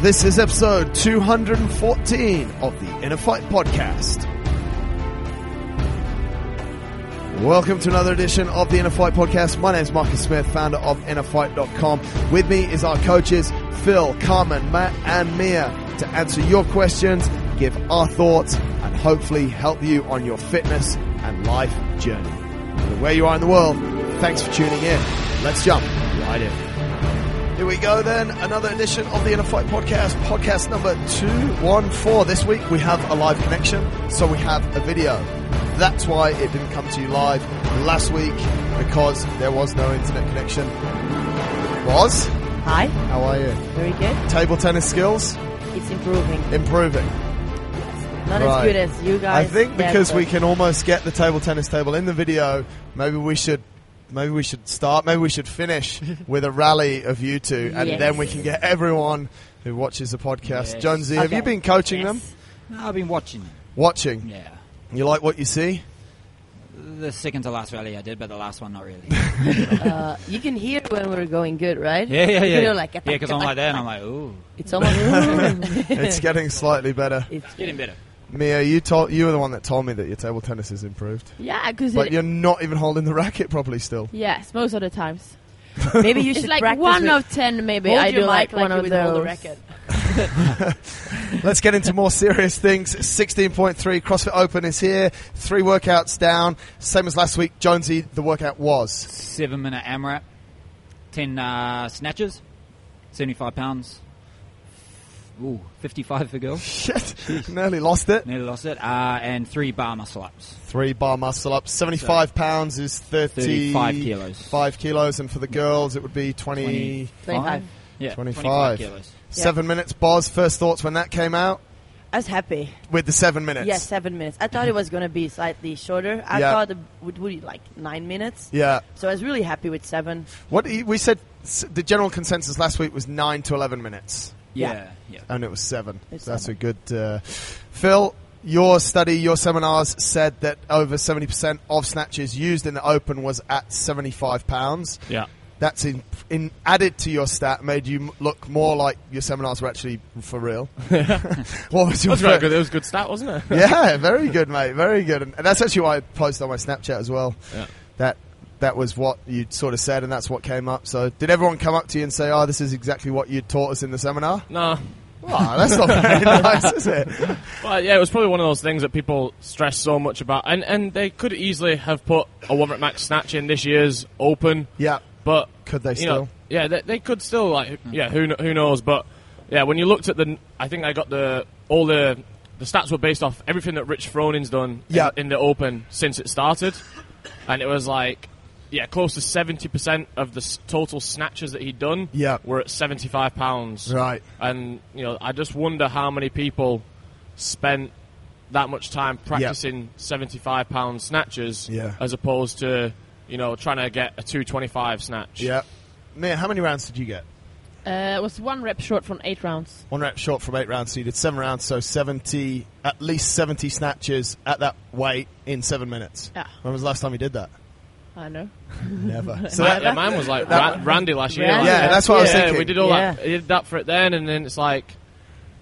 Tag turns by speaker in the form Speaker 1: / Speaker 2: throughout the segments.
Speaker 1: This is episode 214 of the Inner Fight Podcast. Welcome to another edition of the Inner Fight Podcast. My name is Marcus Smith, founder of InnerFight.com. With me is our coaches, Phil, Carmen, Matt, and Mia, to answer your questions, give our thoughts, and hopefully help you on your fitness and life journey. No matter where you are in the world, thanks for tuning in. Let's jump right in. Here we go then, another edition of the Inner Fight Podcast, podcast number 214. This week we have a live connection, so we have a video. That's why it didn't come to you live last week, because there was no internet connection. Was?
Speaker 2: Hi,
Speaker 1: How are you?
Speaker 2: very good.
Speaker 1: Table tennis skills?
Speaker 2: It's improving.
Speaker 1: Improving.
Speaker 2: Not
Speaker 1: Right.
Speaker 2: as good as you
Speaker 1: I
Speaker 2: guys.
Speaker 1: think
Speaker 2: get,
Speaker 1: because
Speaker 2: but
Speaker 1: we can almost get the table tennis table in the video, maybe we should maybe we should start, maybe we should finish with a rally of you two and
Speaker 2: Yes.
Speaker 1: then we can get everyone who watches the podcast.
Speaker 3: Yes.
Speaker 1: Jonesy, have
Speaker 2: Okay.
Speaker 1: you been coaching
Speaker 2: Yes.
Speaker 1: them?
Speaker 3: No, I've been watching.
Speaker 1: Watching.
Speaker 3: Yeah.
Speaker 1: You like what you see?
Speaker 3: The second to last rally I did, but the last one not really.
Speaker 2: Uh, you can hear when we're going good, right?
Speaker 3: Yeah, yeah, yeah.
Speaker 2: You know, like
Speaker 3: yeah, because I'm like that, and I'm like, ooh,
Speaker 2: It's almost.
Speaker 1: It's getting slightly better.
Speaker 2: it's
Speaker 3: getting better.
Speaker 1: Mia, you told you were the one that told me that your table tennis has improved.
Speaker 4: Yeah, because
Speaker 1: But you're not even holding the racket properly still.
Speaker 4: yes, most of the times.
Speaker 2: maybe you should
Speaker 4: It's like
Speaker 2: practice
Speaker 4: one
Speaker 2: with-
Speaker 4: of ten, maybe.
Speaker 2: Hold
Speaker 4: I
Speaker 2: your
Speaker 4: do like
Speaker 2: mic
Speaker 4: one
Speaker 2: like
Speaker 4: of
Speaker 2: you would hold a
Speaker 4: those.
Speaker 2: racket.
Speaker 1: Let's get into more serious things. 16.3 CrossFit Open is here. Three workouts down. Same as last week. Jonesy, the workout was.
Speaker 3: Seven minute AMRAP, ten uh, snatches, seventy-five pounds. Ooh, fifty-five for girls.
Speaker 1: Shit. Nearly lost it.
Speaker 3: Nearly lost it. Uh, and three bar muscle ups.
Speaker 1: Three bar muscle up. 75 pounds is 30,
Speaker 3: 35 kilos.
Speaker 1: Five kilos. And for the girls, it would be 20.
Speaker 3: 20.
Speaker 2: Twenty-five.
Speaker 3: Yeah,
Speaker 1: 25.
Speaker 3: kilos.
Speaker 1: Seven minutes. Boz, first thoughts when that came out?
Speaker 2: I was happy.
Speaker 1: With the seven minutes.
Speaker 2: Yeah, seven minutes. I thought it was gonna be slightly shorter. I
Speaker 1: Yeah.
Speaker 2: thought it would be like nine minutes.
Speaker 1: Yeah.
Speaker 2: So I was really happy with seven.
Speaker 1: What he- we said, s- the general consensus last week was 9 to 11 minutes.
Speaker 3: Yeah,
Speaker 2: Yeah.
Speaker 3: yeah.
Speaker 1: and it was seven.
Speaker 2: It's
Speaker 1: so that's
Speaker 2: seven.
Speaker 1: a good. Uh, Phil, your study, your seminars said that over seventy percent of snatches used in the open was at seventy-five pounds.
Speaker 3: Yeah.
Speaker 1: That's in, in added to your stat, made you m- look more like your seminars were actually for real. what was your
Speaker 5: That was quite
Speaker 1: fir-
Speaker 5: good. That was a good start, wasn't it?
Speaker 1: yeah, very good, mate. Very good, and that's actually why I posted on my Snapchat as well.
Speaker 5: Yeah.
Speaker 1: That that was what you sort of said, and that's what came up. So, did everyone come up to you and say, "Oh, this is exactly what you taught us in the seminar"?
Speaker 5: No.
Speaker 1: Oh, that's not very nice, is it?
Speaker 5: Well, yeah, it was probably one of those things that people stress so much about, and and they could easily have put a one rep max snatch in this year's open.
Speaker 1: Yeah.
Speaker 5: But
Speaker 1: Could they
Speaker 5: you
Speaker 1: still?
Speaker 5: know, yeah, they, they could still like yeah. Who kn- who knows? But yeah, when you looked at the, I think I got the all the the stats were based off everything that Rich Fronin's done in-
Speaker 1: Yeah.
Speaker 5: in, the open since it started, and it was like. Yeah, close to seventy percent of the s- total snatches that he'd done
Speaker 1: Yeah.
Speaker 5: were at seventy-five pounds.
Speaker 1: Right.
Speaker 5: And you know, I just wonder how many people spent that much time practicing seventy-five pound snatches,
Speaker 1: Yeah.
Speaker 5: as opposed to you know trying to get a two twenty-five snatch.
Speaker 1: Yeah. Mia, how many rounds did you get?
Speaker 4: Uh, it was one rep short from eight rounds.
Speaker 1: One rep short from eight rounds, so you did seven rounds, so 70, at least 70 snatches at that weight in seven minutes.
Speaker 4: Yeah.
Speaker 1: When was the last time you did that?
Speaker 4: I know.
Speaker 1: Never. So
Speaker 5: Mine,
Speaker 1: that,
Speaker 5: yeah, mine was like Ra- Randy last year.
Speaker 2: Yeah,
Speaker 5: like,
Speaker 1: yeah, that's what I was
Speaker 5: yeah,
Speaker 1: thinking.
Speaker 5: We did all
Speaker 2: Yeah.
Speaker 5: that. I did that for it then, and then it's like,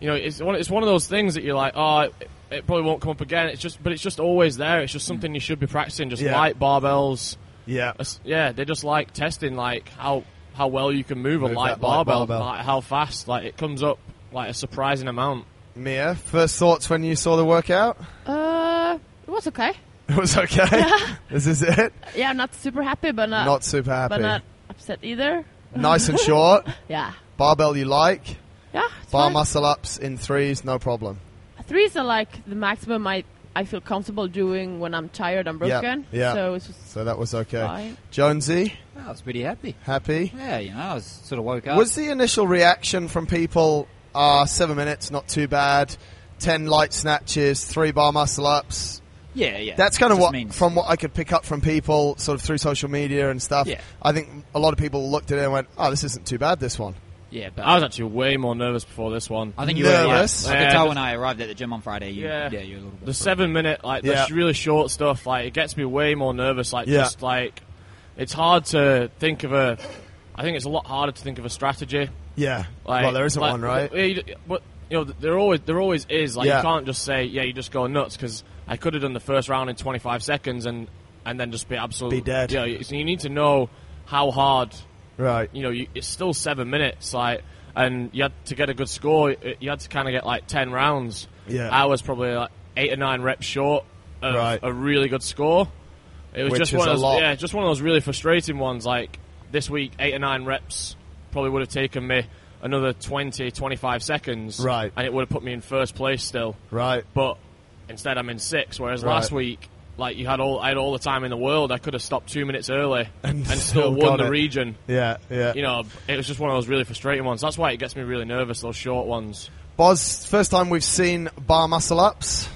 Speaker 5: you know, it's one, it's one of those things that you're like, oh, it, it probably won't come up again. It's just, but it's just always there. It's just something you should be practicing. Just
Speaker 1: Mm. Yeah.
Speaker 5: light barbells.
Speaker 1: yeah.
Speaker 5: That's- yeah, they just like testing like how how well you can move, a
Speaker 1: Move
Speaker 5: light
Speaker 1: that light
Speaker 5: barbell,
Speaker 1: barbell.
Speaker 5: like how fast, like it comes up like a surprising amount.
Speaker 1: Mia, first thoughts when you saw the workout?
Speaker 4: Uh, it was okay.
Speaker 1: It was okay. this is it.
Speaker 4: Yeah, I'm not super happy, but not,
Speaker 1: Not super happy.
Speaker 4: Uh, but not upset either.
Speaker 1: nice and short.
Speaker 4: Yeah,
Speaker 1: Barbell you like.
Speaker 4: yeah. It's
Speaker 1: Bar
Speaker 4: fine.
Speaker 1: muscle ups in threes, no problem.
Speaker 4: Threes are like the maximum I I feel comfortable doing when I'm tired and
Speaker 1: Yeah,
Speaker 4: broken.
Speaker 1: yeah.
Speaker 4: So it's just
Speaker 1: So that was okay.
Speaker 4: fine.
Speaker 1: Jonesy,
Speaker 3: I was pretty happy.
Speaker 1: happy?
Speaker 3: Yeah, you know, I was sort of woke up.
Speaker 1: Was the initial reaction from people uh, seven minutes, not too bad, ten light snatches, three bar muscle ups?
Speaker 3: yeah, yeah.
Speaker 1: That's kind of
Speaker 3: Just
Speaker 1: what,
Speaker 3: means-
Speaker 1: from what I could pick up from people, sort of through social media and stuff.
Speaker 3: Yeah.
Speaker 1: I think a lot of people looked at it and went, "Oh, this isn't too bad." This one,
Speaker 3: Yeah, but
Speaker 5: I was actually way more nervous before this one.
Speaker 3: I think you
Speaker 1: Nervous.
Speaker 3: were. Yeah. I
Speaker 5: Yeah,
Speaker 3: could tell
Speaker 5: just-
Speaker 3: when I arrived at the gym on Friday. You, yeah,
Speaker 5: Yeah.
Speaker 3: you're a little bit.
Speaker 5: the seven minute, like the
Speaker 1: Yeah.
Speaker 5: sh- really short stuff, like it gets me way more nervous. Like
Speaker 1: Yeah.
Speaker 5: just like it's hard to think of a. I think it's a lot harder to think of a strategy
Speaker 1: Yeah. well, there isn't
Speaker 5: like,
Speaker 1: one, right?
Speaker 5: yeah, you d- but you know, th- there always there always is. Like
Speaker 1: Yeah.
Speaker 5: you can't just say, yeah, you just go nuts because I could have done the first round in 25 seconds and and then just be absolutely
Speaker 1: Be dead.
Speaker 5: Yeah, you- so you need to know how hard.
Speaker 1: Right.
Speaker 5: You know, you, it's still seven minutes, like, and you had to get a good score. y- You had to kind of get like 10 rounds.
Speaker 1: Yeah.
Speaker 5: I was probably like eight or nine reps short of
Speaker 1: Right.
Speaker 5: a really good score. It was
Speaker 1: Which
Speaker 5: just
Speaker 1: is
Speaker 5: one
Speaker 1: a
Speaker 5: of those,
Speaker 1: lot.
Speaker 5: yeah, just one of those really frustrating ones. Like this week, eight or nine reps probably would have taken me another 20, 25 seconds,
Speaker 1: Right.
Speaker 5: And it would have put me in first place still,
Speaker 1: Right.
Speaker 5: But instead, I'm in sixth. Whereas
Speaker 1: Right.
Speaker 5: last week, like you had all, I had all the time in the world. I could have stopped two minutes early
Speaker 1: And
Speaker 5: and,
Speaker 1: still
Speaker 5: still won
Speaker 1: got
Speaker 5: the
Speaker 1: it.
Speaker 5: region.
Speaker 1: Yeah. Yeah.
Speaker 5: You know, it was just one of those really frustrating ones. That's why it gets me really nervous. Those short ones.
Speaker 1: Boz, first time we've seen bar muscle ups.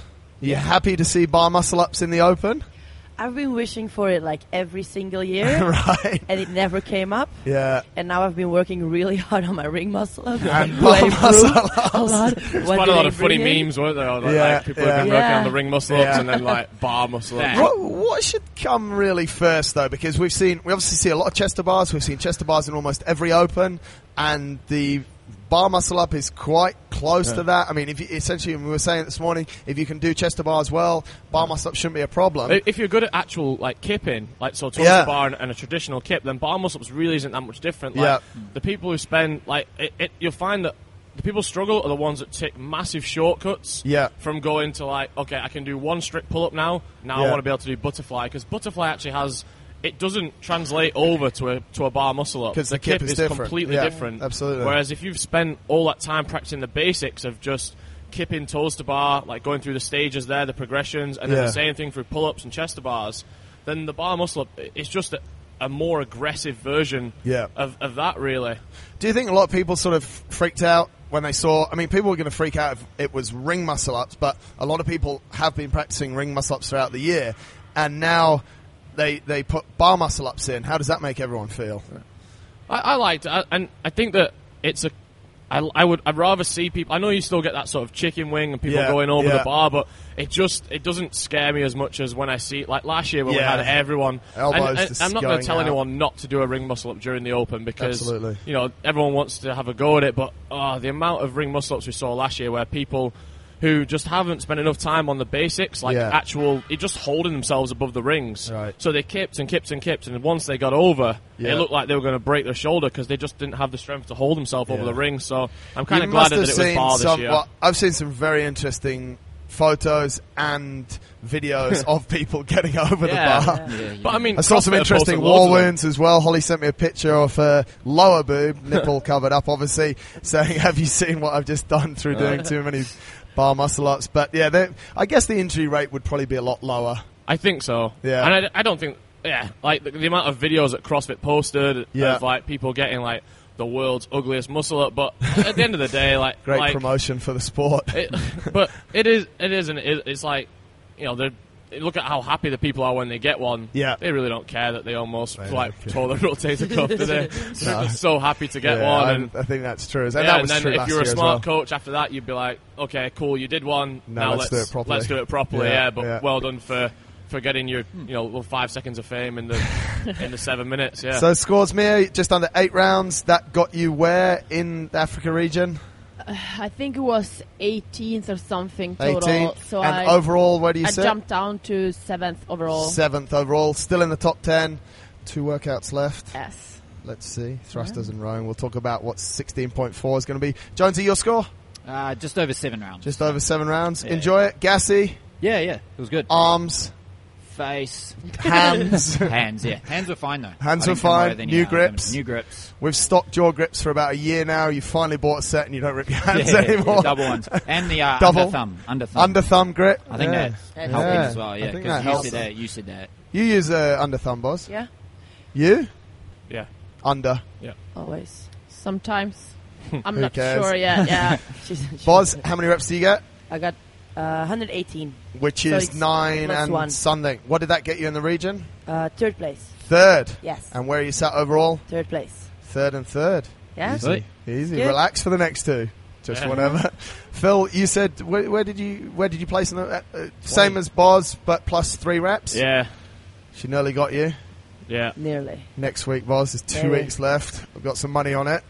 Speaker 1: You happy to see bar muscle ups in the open?
Speaker 2: I've been wishing for it like every single year,
Speaker 1: right.
Speaker 2: and it never came up.
Speaker 1: Yeah.
Speaker 2: And now I've been working really hard on my ring muscle. And
Speaker 1: bar muscle
Speaker 2: a lot.
Speaker 5: There's quite a lot of funny memes, weren't there? Like,
Speaker 1: Yeah,
Speaker 5: like, people
Speaker 1: yeah.
Speaker 5: have been working on
Speaker 2: Yeah.
Speaker 5: the ring muscle ups
Speaker 1: Yeah.
Speaker 5: and then like bar muscle ups.
Speaker 3: Yeah.
Speaker 1: What, what should come really first, though? Because we've seen, we obviously see a lot of Chester bars. We've seen Chester bars in almost every open, and the bar muscle up is quite close to that. I mean, if you, essentially, we were saying this morning, if you can do Chester bars well, bar muscle up shouldn't be a problem.
Speaker 5: If you're good at actual like kipping, like so towards
Speaker 1: Yeah.
Speaker 5: the bar and, and a traditional kip, then bar muscle ups really isn't that much different. Like
Speaker 1: Yeah.
Speaker 5: the people who spend like it, it, you'll find that the people who struggle are the ones that take massive shortcuts.
Speaker 1: Yeah.
Speaker 5: From going to like okay, I can do one strict pull up now. Now
Speaker 1: Yeah.
Speaker 5: I want to be able to do butterfly because butterfly actually has it doesn't translate over to a to a bar muscle up
Speaker 1: 'Cause the kip is different.
Speaker 5: completely
Speaker 1: Yeah,
Speaker 5: different.
Speaker 1: absolutely.
Speaker 5: Whereas if you've spent all that time practicing the basics of just kipping toes to bar, like going through the stages there, the progressions, and then
Speaker 1: Yeah.
Speaker 5: the same thing through pull ups and chest to bars, then the bar muscle up it's just a, a more aggressive version
Speaker 1: Yeah.
Speaker 5: of, of that really.
Speaker 1: Do you think a lot of people sort of freaked out when they saw? I mean, people were going to freak out if it was ring muscle ups, but a lot of people have been practicing ring muscle ups throughout the year, and now they they put bar muscle ups in. How does that make everyone feel?
Speaker 5: I, I liked it, I, and I think that it's a. I, I would. I'd rather see people. I know you still get that sort of chicken wing and people
Speaker 1: Yeah,
Speaker 5: going over
Speaker 1: yeah.
Speaker 5: the bar, but it just it doesn't scare me as much as when I see like last year when
Speaker 1: Yeah.
Speaker 5: we had everyone.
Speaker 1: Elbows
Speaker 5: and, and
Speaker 1: just
Speaker 5: I'm not
Speaker 1: going
Speaker 5: to tell
Speaker 1: out.
Speaker 5: anyone not to do a ring muscle up during the open because
Speaker 1: Absolutely.
Speaker 5: you know everyone wants to have a go at it, but oh, the amount of ring muscle ups we saw last year where people who just haven't spent enough time on the basics, like
Speaker 1: Yeah.
Speaker 5: actual, it just holding themselves above the rings.
Speaker 1: Right.
Speaker 5: So they kipped and kipped and kipped, and once they got over,
Speaker 1: Yeah.
Speaker 5: it looked like they were going to break their shoulder because they just didn't have the strength to hold themselves over
Speaker 1: Yeah.
Speaker 5: the ring. So I'm kind
Speaker 1: You
Speaker 5: of
Speaker 1: must
Speaker 5: glad that it
Speaker 1: have
Speaker 5: was
Speaker 1: seen
Speaker 5: bar this
Speaker 1: some-
Speaker 5: year.
Speaker 1: well, I've seen some very interesting photos and videos of people getting over
Speaker 5: Yeah.
Speaker 1: the bar.
Speaker 5: But I mean,
Speaker 1: I saw some
Speaker 5: CrossFit have posted
Speaker 1: interesting
Speaker 5: loads
Speaker 1: war
Speaker 5: of them.
Speaker 1: wounds as well. Holly sent me a picture of her lower boob, nipple covered up, obviously, saying, "Have you seen what I've just done through doing too many bar muscle ups?" But yeah, they- I guess the injury rate would probably be a lot lower.
Speaker 5: I think so.
Speaker 1: Yeah.
Speaker 5: And I, I don't think, yeah, like the, the amount of videos that CrossFit posted
Speaker 1: Yeah.
Speaker 5: of like people getting like the world's ugliest muscle up. But at the end of the day, like
Speaker 1: Great
Speaker 5: like,
Speaker 1: promotion for the sport.
Speaker 5: it, but it is it isn't it, it's like you know they're you Look at how happy the people are when they get one.
Speaker 1: Yeah.
Speaker 5: they really don't care that they almost
Speaker 1: They
Speaker 5: like
Speaker 1: don't
Speaker 5: tore their rotator cuff today. They're just so happy to get
Speaker 1: Yeah,
Speaker 5: one.
Speaker 1: I-
Speaker 5: and
Speaker 1: I, think that's true. And
Speaker 5: yeah,
Speaker 1: that was
Speaker 5: and
Speaker 1: true
Speaker 5: then if
Speaker 1: last
Speaker 5: you're a
Speaker 1: year as
Speaker 5: smart
Speaker 1: well.
Speaker 5: coach after that, you'd be like, okay, cool, you did one.
Speaker 1: Now
Speaker 5: Now,
Speaker 1: let's
Speaker 5: let's
Speaker 1: do it properly."
Speaker 5: Let's do it properly.
Speaker 1: Yeah,
Speaker 5: Yeah, but
Speaker 1: yeah.
Speaker 5: well done for for getting your you know little five seconds of fame in the in the seven minutes. Yeah.
Speaker 1: So scores mere just under eight rounds. That got you where in the Africa region?
Speaker 4: I think it was 18th or something total.
Speaker 1: 18th.
Speaker 4: So
Speaker 1: and
Speaker 4: I,
Speaker 1: overall, where do you
Speaker 4: I
Speaker 1: sit?
Speaker 4: jumped down to seventh overall.
Speaker 1: Seventh overall, still in the top ten. Two workouts left.
Speaker 4: yes.
Speaker 1: Let's see. Thrusters and rowing. We'll talk about what 16.4 is going to be. Jonesy, your score?
Speaker 3: Uh, just over seven rounds.
Speaker 1: Just over seven rounds.
Speaker 3: Yeah.
Speaker 1: Enjoy it. Gassy,
Speaker 3: yeah, yeah. It was good.
Speaker 1: arms,
Speaker 3: Face,
Speaker 1: Oh. hands.
Speaker 3: hands. Yeah, hands were fine though.
Speaker 1: Hands
Speaker 3: I
Speaker 1: were
Speaker 3: didn't come away
Speaker 1: fine.
Speaker 3: with any
Speaker 1: New
Speaker 3: out of them.
Speaker 1: grips.
Speaker 3: um, New grips.
Speaker 1: We've stocked your grips for about a year now. You finally bought a set and you don't rip your hands
Speaker 3: Yeah, yeah,
Speaker 1: anymore.
Speaker 3: yeah, double ones and the uh,
Speaker 1: Double.
Speaker 3: under thumb. Under thumb.
Speaker 1: Under thumb grip.
Speaker 3: I think
Speaker 1: yeah.
Speaker 3: that's
Speaker 2: That's
Speaker 3: helping
Speaker 2: Yeah.
Speaker 3: as well.
Speaker 1: I
Speaker 3: Yeah,
Speaker 1: think that
Speaker 3: because you eh?
Speaker 1: helps.
Speaker 3: said that. You said that.
Speaker 1: You use uh, under thumb, boss.
Speaker 2: Yeah,
Speaker 1: You?
Speaker 5: yeah.
Speaker 1: Under.
Speaker 2: always.
Speaker 4: Sometimes. I'm
Speaker 1: Who
Speaker 4: not
Speaker 1: cares?
Speaker 4: sure yet. Yeah.
Speaker 2: She's,
Speaker 1: Boz, how many reps do you get?
Speaker 2: I got uh, 118,
Speaker 1: Which
Speaker 2: So
Speaker 1: is
Speaker 2: it's
Speaker 1: nine
Speaker 2: plus
Speaker 1: and
Speaker 2: one.
Speaker 1: something. What did that get you in the region?
Speaker 2: uh, third place.
Speaker 1: Third.
Speaker 2: Yes,
Speaker 1: And where are you sat overall?
Speaker 2: third place.
Speaker 1: Third and third.
Speaker 2: Yeah,
Speaker 3: Easy. Right.
Speaker 1: Easy.
Speaker 2: Good.
Speaker 1: Relax for the next two. Just
Speaker 5: Yeah.
Speaker 1: whatever. Phil, you said where, where did you where did you place in the uh, uh, same as Boz but plus three reps?
Speaker 5: Yeah.
Speaker 1: She nearly got you.
Speaker 5: Yeah.
Speaker 2: nearly.
Speaker 1: next week, Voz. There's two
Speaker 2: Yeah.
Speaker 1: weeks left. I've got some money on it.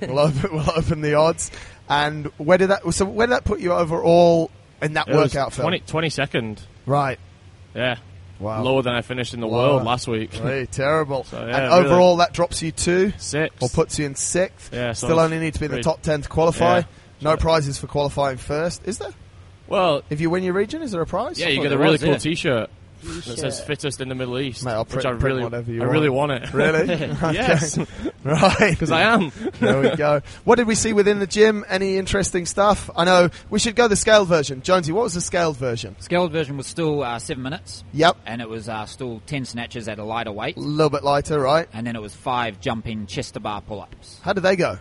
Speaker 1: we'll, open, we'll open the odds. And where did that? So where did that put you overall in that
Speaker 5: It was
Speaker 1: workout? Phil?
Speaker 5: 20, 22nd.
Speaker 1: Right.
Speaker 5: Yeah.
Speaker 1: Wow.
Speaker 5: Lower than I finished in the
Speaker 1: Wow.
Speaker 5: world last week.
Speaker 1: Hey, terrible.
Speaker 5: So,
Speaker 1: and
Speaker 5: yeah, really-
Speaker 1: overall, that drops you two
Speaker 5: Six.
Speaker 1: or puts you in sixth.
Speaker 5: Yeah, so
Speaker 1: Still
Speaker 5: it's
Speaker 1: only need to be in the
Speaker 5: pretty-
Speaker 1: top ten to qualify.
Speaker 5: Yeah.
Speaker 1: No prizes for qualifying first, is there?
Speaker 5: well,
Speaker 1: If you win your region, is there a prize?
Speaker 5: yeah, you
Speaker 3: thought
Speaker 5: get a
Speaker 3: there
Speaker 5: really
Speaker 3: was,
Speaker 5: cool
Speaker 3: yeah.
Speaker 5: T-shirt that
Speaker 2: T-shirt.
Speaker 5: says "fittest in the Middle East,"
Speaker 1: Mate, I'll
Speaker 5: which
Speaker 1: print-
Speaker 5: I
Speaker 1: print
Speaker 5: really,
Speaker 1: whatever you
Speaker 5: I
Speaker 1: want.
Speaker 5: really want it.
Speaker 1: Really?
Speaker 5: yes,
Speaker 1: Right.
Speaker 5: because I am.
Speaker 1: there we go. What did we see within the gym? Any interesting stuff? I know we should go the scaled version. Jonesy, what was the scaled version?
Speaker 3: Scaled version was still uh, seven minutes,
Speaker 1: Yep.
Speaker 3: and it was uh, still ten snatches at a lighter weight,
Speaker 1: A little bit lighter, right?
Speaker 3: and then it was five jumping chest to bar pull-ups.
Speaker 1: How did they go?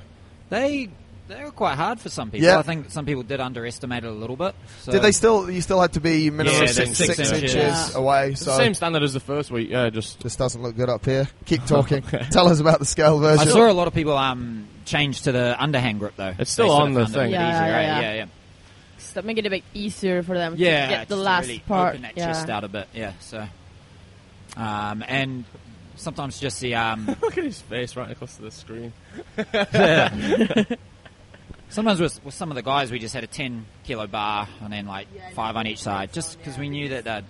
Speaker 3: They they were quite hard for some people.
Speaker 1: Yeah.
Speaker 3: I think some people did underestimate it a little bit. So
Speaker 1: Did they still? You still had to be minimum
Speaker 5: Yeah,
Speaker 1: six,
Speaker 5: they're
Speaker 1: six
Speaker 5: six
Speaker 1: inches,
Speaker 5: inches.
Speaker 2: Yeah.
Speaker 1: away.
Speaker 5: It's
Speaker 1: So
Speaker 5: the same standard as the first week. Yeah, just
Speaker 1: just doesn't look good up here. Keep talking. Tell us about the scale version.
Speaker 3: I saw a lot of people um, change to the underhand grip though.
Speaker 5: It's still
Speaker 3: They sort
Speaker 5: on
Speaker 3: of
Speaker 5: the
Speaker 3: found it a
Speaker 5: thing.
Speaker 3: bit
Speaker 4: Yeah,
Speaker 3: easier,
Speaker 4: yeah,
Speaker 3: right?
Speaker 4: yeah.
Speaker 3: yeah, yeah.
Speaker 4: So make it a bit easier for them
Speaker 3: yeah,
Speaker 4: to get the
Speaker 3: just
Speaker 4: last
Speaker 3: really
Speaker 4: part.
Speaker 3: Open that
Speaker 4: yeah.
Speaker 3: chest out a bit. Yeah. So, um, and sometimes just the um,
Speaker 5: look at his face right across to the screen.
Speaker 3: sometimes with, with some of the guys we just had a ten kilo bar and then like five on each side, just because we knew that they'd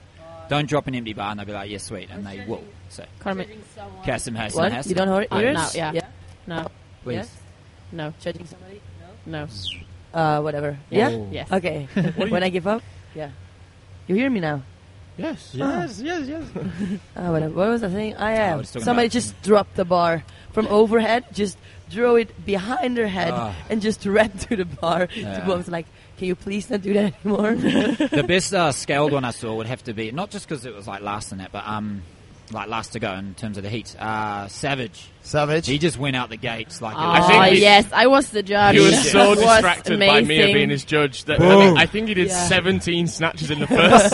Speaker 3: don't drop an empty bar and they'd be like, yes, sweet, and they will. So,
Speaker 4: Carmen,
Speaker 3: Kasim has
Speaker 2: What?
Speaker 3: has
Speaker 2: You don't hold it?
Speaker 4: Uh,
Speaker 2: yours?
Speaker 4: no, yeah.
Speaker 2: yeah.
Speaker 4: no,
Speaker 3: please.
Speaker 2: Yes?
Speaker 4: no,
Speaker 2: Judging somebody?
Speaker 4: no.
Speaker 2: Uh, whatever. Yeah?
Speaker 3: Oh.
Speaker 4: Yes.
Speaker 2: Okay. when I give up? Yeah. You hear me now?
Speaker 5: Yes,
Speaker 2: Yes,
Speaker 5: yes, yes.
Speaker 2: Uh, whatever. What was the thing? I
Speaker 3: Oh,
Speaker 2: am.
Speaker 3: we're just talking
Speaker 2: Somebody
Speaker 3: about-
Speaker 2: just dropped the bar from overhead, just drew it behind their head,
Speaker 3: Ah.
Speaker 2: and just ran to the bar.
Speaker 3: Yeah.
Speaker 2: To I was like, can you please not do that anymore?
Speaker 3: the best uh, scaled one I saw would have to be not just because it was like last in that, but um, like last to go in terms of the heat. Uh, Savage,
Speaker 1: Savage.
Speaker 3: he just went out the gates like.
Speaker 4: Oh,
Speaker 5: think he-
Speaker 4: yes, I was the judge.
Speaker 5: He was so
Speaker 4: It was
Speaker 5: distracted by Mia
Speaker 4: amazing.
Speaker 5: being his judge that I think,
Speaker 1: Boom.
Speaker 5: I think he did
Speaker 4: Yeah.
Speaker 5: 17 snatches in the first.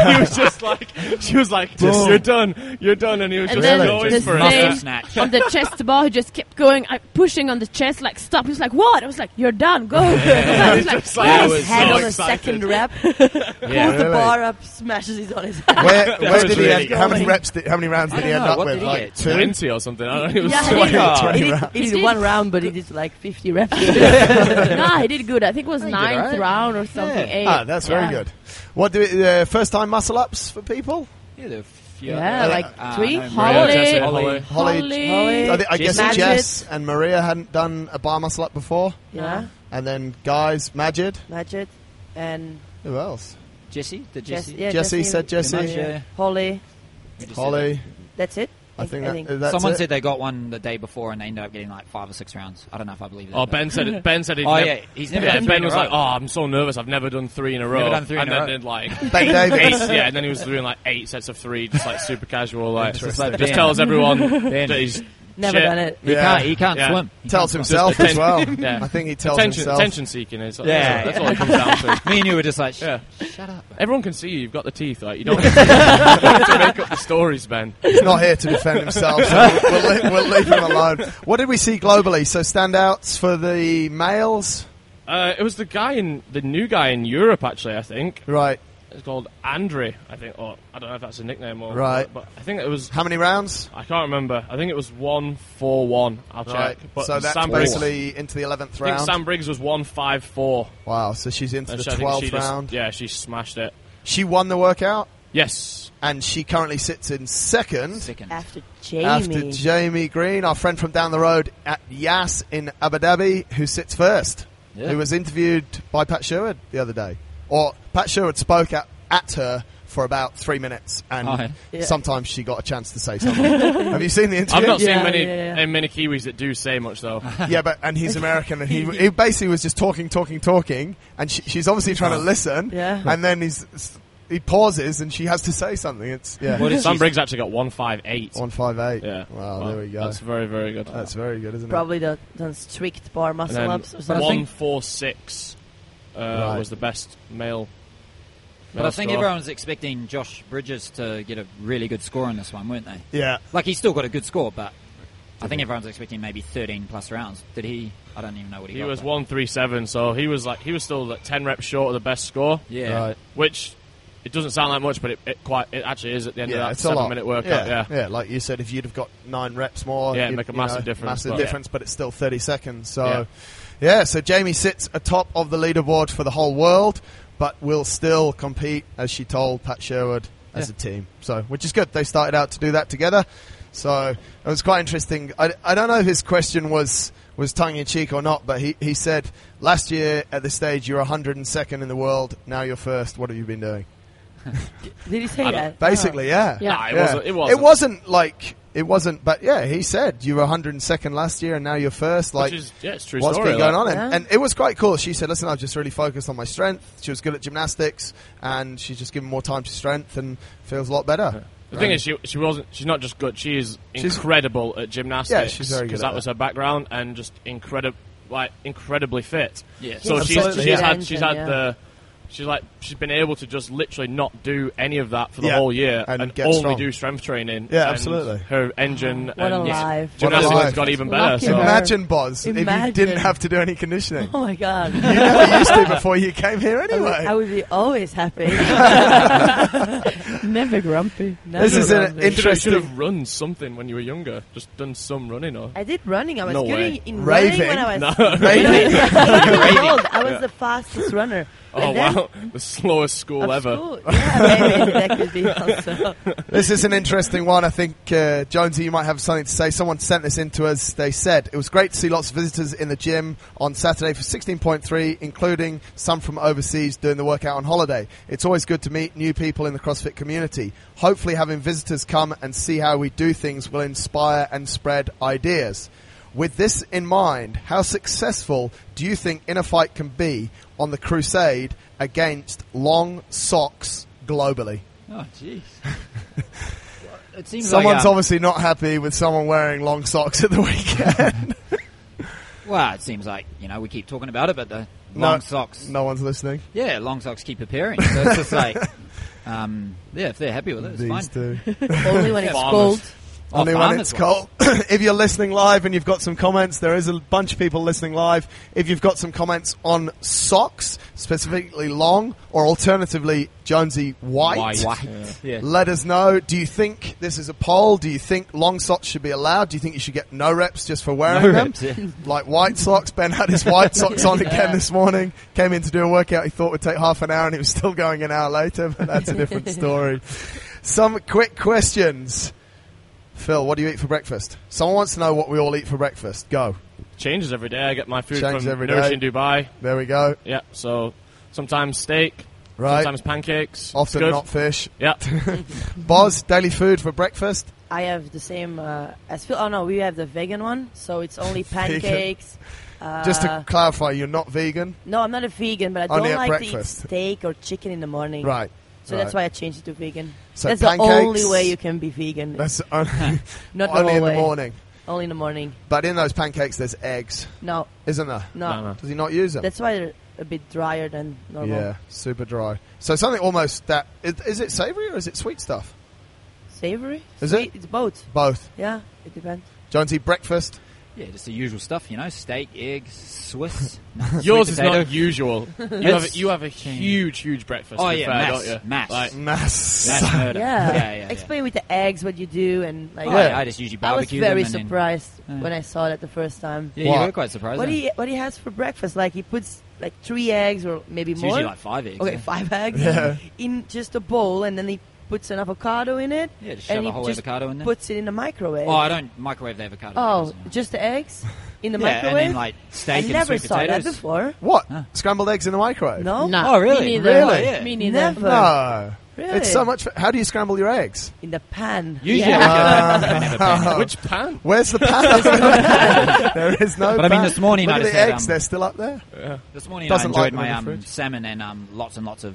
Speaker 5: he was just like, she was like,
Speaker 1: Boom.
Speaker 5: "You're done, you're done," and he was
Speaker 4: And
Speaker 5: just
Speaker 4: then
Speaker 5: going
Speaker 4: the
Speaker 5: for
Speaker 3: Muscle
Speaker 4: same-
Speaker 5: it.
Speaker 3: snatch.
Speaker 4: on the chest bar, he just kept going, I, pushing on the chest, like, stop. He was like, what? I was like, you're done, go. I was like,
Speaker 5: Just
Speaker 3: I
Speaker 5: like,
Speaker 2: his
Speaker 3: was
Speaker 2: head
Speaker 5: so
Speaker 2: on the
Speaker 5: excited.
Speaker 2: second rep,
Speaker 1: Yeah.
Speaker 3: Yeah.
Speaker 2: pulls the
Speaker 1: Really?
Speaker 2: bar up, smashes it on his head.
Speaker 1: Where, where
Speaker 5: was
Speaker 1: did he
Speaker 5: really
Speaker 1: end,
Speaker 5: good.
Speaker 1: How many reps? Did, how many rounds
Speaker 3: I
Speaker 1: did he
Speaker 3: don't
Speaker 1: end
Speaker 3: know,
Speaker 1: up
Speaker 3: what
Speaker 1: with?
Speaker 3: did he
Speaker 1: Like
Speaker 3: get?
Speaker 1: two.
Speaker 5: 20 or something. I don't know. It was
Speaker 2: Yeah,
Speaker 5: so
Speaker 2: he did.
Speaker 5: hard.
Speaker 2: He did,
Speaker 1: rounds.
Speaker 2: he
Speaker 4: He
Speaker 2: did
Speaker 4: did.
Speaker 2: one round, but he did like 50 reps.
Speaker 4: nah, he did good. I think it was
Speaker 1: did
Speaker 4: ninth
Speaker 1: alright.
Speaker 4: round or something. Eight.
Speaker 1: Ah, that's very
Speaker 4: Yeah.
Speaker 1: good. What do we, uh, first time muscle ups for people?
Speaker 3: Yeah, there were a few
Speaker 4: Yeah,
Speaker 3: other-
Speaker 1: like
Speaker 3: uh,
Speaker 4: three.
Speaker 3: no,
Speaker 4: Holly.
Speaker 5: Yeah, that's it,
Speaker 3: Holly.
Speaker 5: Holly.
Speaker 1: Holly-
Speaker 4: Holly.
Speaker 2: Holly.
Speaker 1: I, thi- I guess
Speaker 2: Jess.
Speaker 1: Jess and Maria hadn't done a bar muscle up before,
Speaker 2: Yeah,
Speaker 1: and then guys, Majid.
Speaker 2: Majid and
Speaker 1: Who else?
Speaker 3: Jesse, did
Speaker 2: Jesse.
Speaker 3: Jesse,
Speaker 2: Yeah,
Speaker 1: Jesse said Jesse.
Speaker 3: Jesse. Yeah.
Speaker 2: Holly.
Speaker 3: We just said
Speaker 1: Holly.
Speaker 2: That's it.
Speaker 1: I think, that,
Speaker 2: think.
Speaker 1: that's
Speaker 3: Someone
Speaker 1: it.
Speaker 3: said they got one the day before and they ended up getting like five or six rounds. I don't know if I believe that.
Speaker 5: Oh,
Speaker 3: but-
Speaker 5: Ben said it. Ben said it.
Speaker 3: Oh, yeah, he's never done three
Speaker 5: Ben
Speaker 3: in a
Speaker 5: was like,
Speaker 3: row.
Speaker 5: "Oh, I'm so nervous. I've never done three in a row."
Speaker 3: Never done three in
Speaker 5: and
Speaker 3: a
Speaker 5: then
Speaker 3: row.
Speaker 5: did like
Speaker 1: Ben
Speaker 5: eight,
Speaker 1: Davis.
Speaker 5: yeah, and then he was doing like eight sets of three, just like super casual. Like, just,
Speaker 1: Interesting.
Speaker 5: like, just tells everyone that he's
Speaker 2: Never
Speaker 5: shit.
Speaker 2: done it.
Speaker 3: He
Speaker 1: Yeah.
Speaker 3: can't. He can't
Speaker 5: Yeah.
Speaker 3: swim. He
Speaker 1: tells
Speaker 3: can't swim.
Speaker 1: himself as
Speaker 5: attention-
Speaker 1: well.
Speaker 5: yeah.
Speaker 1: I think he tells
Speaker 5: Attention,
Speaker 1: himself.
Speaker 5: attention seeking is
Speaker 3: Yeah,
Speaker 5: that's, all it comes down to.
Speaker 3: Me and you were just like,
Speaker 5: Yeah.
Speaker 3: shut up.
Speaker 5: Everyone can see you. You've got the teeth. Like you don't, you don't have to make up the stories, Ben.
Speaker 1: He's not here to defend himself, so we'll, leave, we'll leave him alone. What did we see globally? So standouts for the males,
Speaker 5: Uh, it was the guy in the new guy in Europe, actually. I think
Speaker 1: right?
Speaker 5: it's called Andre. I think, or I don't know if that's a nickname or
Speaker 1: Right.
Speaker 5: But I think it was.
Speaker 1: How many rounds?
Speaker 5: I can't remember. I think it was one four one. I'll
Speaker 1: Right.
Speaker 5: check. But
Speaker 1: so that's
Speaker 5: Sam Briggs, I
Speaker 1: basically into the eleventh
Speaker 5: think
Speaker 1: round.
Speaker 5: Sam Briggs was one five four.
Speaker 1: wow. So she's into the
Speaker 5: I think she
Speaker 1: twelfth
Speaker 5: just-
Speaker 1: round.
Speaker 5: yeah, she smashed it.
Speaker 1: She won the workout,
Speaker 5: Yes.
Speaker 1: and she currently sits in second.
Speaker 3: Second.
Speaker 2: After Jamie.
Speaker 1: After Jamie Green, our friend from down the road at Yas in Abu Dhabi, who sits first,
Speaker 3: Yeah.
Speaker 1: who was interviewed by Pat Sherwood the other day. Or Pat Sherwood spoke at, at her for about three minutes, and
Speaker 3: Oh, yeah.
Speaker 2: Yeah.
Speaker 1: sometimes she got a chance to say something. Have you seen the interview?
Speaker 5: I've not
Speaker 2: Yeah,
Speaker 5: seen many
Speaker 2: yeah, yeah.
Speaker 5: uh, many Kiwis that do say much though.
Speaker 1: yeah, but and he's American, and he, he basically was just talking, talking, talking, and she, she's obviously trying to listen.
Speaker 2: Uh-huh. Yeah.
Speaker 1: and then he's he pauses, and she has to say something. It's yeah,
Speaker 3: What did
Speaker 5: Sam
Speaker 3: she-
Speaker 5: Briggs actually got one five eight.
Speaker 1: one five eight.
Speaker 5: Yeah.
Speaker 1: wow,
Speaker 5: Well,
Speaker 1: Oh, there we go.
Speaker 5: That's
Speaker 1: That's,
Speaker 5: very very good.
Speaker 1: very good, isn't it?
Speaker 2: Probably done, done strict bar
Speaker 5: And
Speaker 2: muscle
Speaker 5: then
Speaker 2: ups or something.
Speaker 5: one four six uh,
Speaker 1: Right.
Speaker 5: was the best male.
Speaker 3: But
Speaker 5: male
Speaker 3: I think
Speaker 5: score.
Speaker 3: everyone's expecting Josh Bridges to get a really good score in this one, weren't they?
Speaker 1: Yeah,
Speaker 3: Like he's still got a good score, but I think everyone's expecting maybe 13 plus rounds. Did he? I don't even know what he,
Speaker 5: He
Speaker 3: got,
Speaker 5: was
Speaker 3: but-
Speaker 5: one three seven, so he was like he was still like ten reps short of the best score,
Speaker 3: Yeah.
Speaker 1: Right.
Speaker 5: which It doesn't sound like much, but it, it quite it actually is at the end
Speaker 1: yeah,
Speaker 5: of that
Speaker 1: it's a lot.
Speaker 5: seven minute workout. Yeah.
Speaker 1: yeah, like you said, if you'd have got nine reps more,
Speaker 5: Yeah, it'd
Speaker 1: you'd-
Speaker 5: make a
Speaker 1: you
Speaker 5: massive
Speaker 1: know,
Speaker 5: difference,
Speaker 1: Massive
Speaker 5: but-
Speaker 1: difference, but it's still thirty seconds. So, yeah.
Speaker 5: Yeah.
Speaker 1: so Jamie sits atop of the leaderboard for the whole world, but will still compete as she told Pat Sherwood as
Speaker 3: Yeah.
Speaker 1: a team. So, which is good. They started out to do that together. So it was quite interesting. I, I don't know if his question was was tongue in cheek or not, but he, he said last year at this stage you were 102nd in the world. Now you're first. What have you been doing?
Speaker 2: Did he say
Speaker 5: I don't-
Speaker 2: that?
Speaker 1: Basically,
Speaker 5: Ah.
Speaker 1: yeah.
Speaker 4: Yeah.
Speaker 5: Nah, it
Speaker 1: Yeah.
Speaker 5: wasn't. It wasn't.
Speaker 1: like it wasn't. But yeah, he said you were 102nd last year, and now you're first. Like,
Speaker 5: Which is, yeah, it's a true
Speaker 1: what's
Speaker 5: story.
Speaker 1: been going
Speaker 5: like.
Speaker 1: on? And,
Speaker 2: Yeah.
Speaker 1: and it was quite cool. She said, "Listen, I've just really focused on my strength. She was good at gymnastics, and she's just given more time to strength and feels a lot better."
Speaker 5: The thing is, she she wasn't. She's not just good. She is
Speaker 1: She's-
Speaker 5: incredible at gymnastics.
Speaker 1: Yeah, she's very good
Speaker 5: Because
Speaker 1: at
Speaker 5: that was
Speaker 1: that.
Speaker 5: her background, and just incredible, like incredibly fit.
Speaker 3: Yes.
Speaker 5: So
Speaker 2: Yeah,
Speaker 5: she's
Speaker 1: absolutely,
Speaker 5: she's
Speaker 2: yeah.
Speaker 5: had she's had
Speaker 2: Yeah.
Speaker 5: the. She's like she's been able to just literally not do any of that for the
Speaker 1: Yeah.
Speaker 5: whole year
Speaker 1: And
Speaker 5: and,
Speaker 1: get
Speaker 5: only
Speaker 1: strong.
Speaker 5: do strength training.
Speaker 1: Yeah,
Speaker 5: and
Speaker 1: absolutely.
Speaker 5: Her engine
Speaker 2: What a
Speaker 5: and
Speaker 2: life. What a
Speaker 1: life.
Speaker 5: gymnastics got even better.
Speaker 4: Lucky
Speaker 5: So
Speaker 4: her.
Speaker 1: Imagine, Boz, if you
Speaker 2: Imagine.
Speaker 1: didn't have to do any conditioning.
Speaker 2: Oh my god.
Speaker 1: You never used to before you came here,
Speaker 2: I would, I
Speaker 1: anyway.
Speaker 2: would be always happy.
Speaker 4: Never grumpy.
Speaker 2: No,
Speaker 1: This is
Speaker 2: no,
Speaker 1: an
Speaker 2: no.
Speaker 5: you should,
Speaker 1: interesting.
Speaker 5: have run something when you were younger. Just done some running or
Speaker 2: I did running. I was
Speaker 5: No
Speaker 2: good
Speaker 5: way.
Speaker 2: in
Speaker 1: Raving?
Speaker 2: running when I was.
Speaker 5: No.
Speaker 2: when I was
Speaker 1: Raving.
Speaker 2: eight years old. I was
Speaker 5: Yeah.
Speaker 2: the fastest runner.
Speaker 5: oh
Speaker 2: And then
Speaker 5: wow, the slowest school
Speaker 2: of
Speaker 5: ever.
Speaker 2: school- Yeah, maybe that could be also.
Speaker 1: This is an interesting one. I think, uh, Jonesy, you might have something to say. Someone sent this in to us. They said, It was great to see lots of visitors in the gym on Saturday for 16.3, including some from overseas doing the workout on holiday. It's always good to meet new people in the CrossFit community. Hopefully, having visitors come and see how we do things will inspire and spread ideas. With this in mind, how successful do you think Inner Fight can be on the crusade against long socks globally?
Speaker 3: Oh, jeez. it seems
Speaker 1: Someone's
Speaker 3: like, um,
Speaker 1: obviously not happy with someone wearing long socks at the weekend.
Speaker 3: Well, it seems like you know we keep talking about it, but the
Speaker 1: No.
Speaker 3: long socks.
Speaker 1: no one's listening.
Speaker 3: Yeah, long socks keep appearing. So it's just like, um, yeah, if they're happy with it, it's fine.
Speaker 1: These two.
Speaker 2: Only when it's
Speaker 3: Farmers.
Speaker 2: cold.
Speaker 3: Oh,
Speaker 1: Only when
Speaker 3: farmers
Speaker 1: it's
Speaker 3: one.
Speaker 1: cold. if you're listening live and you've got some comments, there is a bunch of people listening live. If you've got some comments on socks, specifically long, or alternatively, Jonesy
Speaker 3: White. Yeah.
Speaker 1: Let us know. Do you think this is a poll? Do you think long socks should be allowed? Do you think you should get no reps just for wearing
Speaker 3: No
Speaker 1: them?
Speaker 3: reps, yeah.
Speaker 1: Like white socks. Ben had his white socks on again
Speaker 2: Yeah.
Speaker 1: this morning. Came in to do a workout he thought would take half an hour and he was still going an hour later, but that's a different story. Some quick questions. Phil, what do you eat for breakfast? Someone wants to know what we all eat for breakfast. Go.
Speaker 5: Changes every day. I get my food
Speaker 1: Changes
Speaker 5: from
Speaker 1: every
Speaker 5: Nourishing
Speaker 1: day.
Speaker 5: Dubai.
Speaker 1: There we go.
Speaker 5: Yeah, so sometimes steak,
Speaker 1: Right.
Speaker 5: sometimes pancakes.
Speaker 1: Often
Speaker 5: It's good.
Speaker 1: not fish.
Speaker 5: Yeah,
Speaker 1: Boz, daily food for breakfast?
Speaker 2: I have the same uh, as Phil. Oh no, we have the vegan one, so it's only
Speaker 1: Vegan.
Speaker 2: pancakes. Uh,
Speaker 1: Just to clarify, you're not vegan.
Speaker 2: no, I'm not a vegan, but I
Speaker 1: Only
Speaker 2: don't
Speaker 1: at
Speaker 2: like
Speaker 1: breakfast.
Speaker 2: to eat steak or chicken in the morning.
Speaker 1: Right.
Speaker 2: So
Speaker 1: right.
Speaker 2: that's why I changed it to vegan.
Speaker 1: So
Speaker 2: that's
Speaker 1: pancakes,
Speaker 2: the only way you can be vegan.
Speaker 1: That's only,
Speaker 2: not the
Speaker 1: only
Speaker 2: whole
Speaker 1: in the
Speaker 2: way.
Speaker 1: morning.
Speaker 2: Only in the morning.
Speaker 1: But in those pancakes, there's eggs,
Speaker 2: No,
Speaker 1: isn't there?
Speaker 2: no.
Speaker 5: No, no.
Speaker 1: Does he not use them?
Speaker 2: That's why they're a bit drier than normal.
Speaker 1: yeah, super dry. So something almost that is, is it savory or is it sweet stuff?
Speaker 2: Savory?
Speaker 1: Is
Speaker 2: Sweet,
Speaker 1: it?
Speaker 2: It's both.
Speaker 1: Both.
Speaker 2: Yeah, it depends.
Speaker 1: Jonesy breakfast.
Speaker 3: Yeah, just the usual stuff, you know, steak, eggs, Swiss.
Speaker 5: yours is
Speaker 3: potato.
Speaker 5: not usual. You have a, you have a huge, huge breakfast.
Speaker 3: Oh
Speaker 5: to be
Speaker 3: yeah,
Speaker 5: fair,
Speaker 3: mass,
Speaker 5: don't you?
Speaker 3: mass.
Speaker 5: Like,
Speaker 1: Mass.
Speaker 3: That's murder.
Speaker 2: Yeah.
Speaker 3: yeah, yeah.
Speaker 2: Explain with the eggs what you do and like.
Speaker 3: Oh,
Speaker 1: Yeah.
Speaker 3: yeah, I just usually
Speaker 2: I was
Speaker 3: barbecue
Speaker 2: very
Speaker 3: them and
Speaker 2: surprised
Speaker 3: Yeah.
Speaker 2: when I saw that the first time.
Speaker 3: Then, yeah,
Speaker 1: What?
Speaker 3: you were quite surprised.
Speaker 2: What
Speaker 3: eh?
Speaker 2: he what he has for breakfast? Like he puts like three eggs or maybe
Speaker 3: It's
Speaker 2: more.
Speaker 3: usually like five eggs.
Speaker 2: okay,
Speaker 3: yeah.
Speaker 2: five eggs
Speaker 1: Yeah.
Speaker 2: in just a bowl, and then he puts an avocado in it.
Speaker 3: Yeah, just
Speaker 2: and
Speaker 3: shove
Speaker 2: he
Speaker 3: a whole
Speaker 2: just
Speaker 3: avocado in there.
Speaker 2: puts it in the microwave.
Speaker 3: oh, I don't microwave the avocado.
Speaker 2: Oh,
Speaker 3: yeah.
Speaker 2: just the eggs in the
Speaker 3: yeah,
Speaker 2: microwave.
Speaker 3: and then like
Speaker 2: I
Speaker 3: steak and
Speaker 2: never
Speaker 3: sweet
Speaker 2: saw
Speaker 3: potatoes.
Speaker 2: that before.
Speaker 1: What?
Speaker 3: Huh.
Speaker 1: Scrambled eggs in the microwave?
Speaker 2: No,
Speaker 4: Nah,
Speaker 3: Oh, really?
Speaker 4: Me neither.
Speaker 3: Really? Yeah.
Speaker 4: Me neither.
Speaker 2: never.
Speaker 1: No.
Speaker 2: Really?
Speaker 1: It's so much. Fa- How do you scramble your eggs?
Speaker 2: in the pan.
Speaker 3: Usually,
Speaker 4: Yeah.
Speaker 3: I go- I never pan out.
Speaker 5: which pan?
Speaker 1: Where's the pan? there is no.
Speaker 3: But I mean,
Speaker 1: pan.
Speaker 3: this morning
Speaker 1: Look
Speaker 3: I
Speaker 1: at
Speaker 3: just
Speaker 1: the
Speaker 3: had,
Speaker 1: eggs.
Speaker 3: um,
Speaker 1: They're still up there.
Speaker 3: This morning I
Speaker 1: Doesn't like
Speaker 3: enjoyed
Speaker 1: them in
Speaker 3: my
Speaker 1: the
Speaker 3: um,
Speaker 1: fridge.
Speaker 3: salmon and um, lots and lots of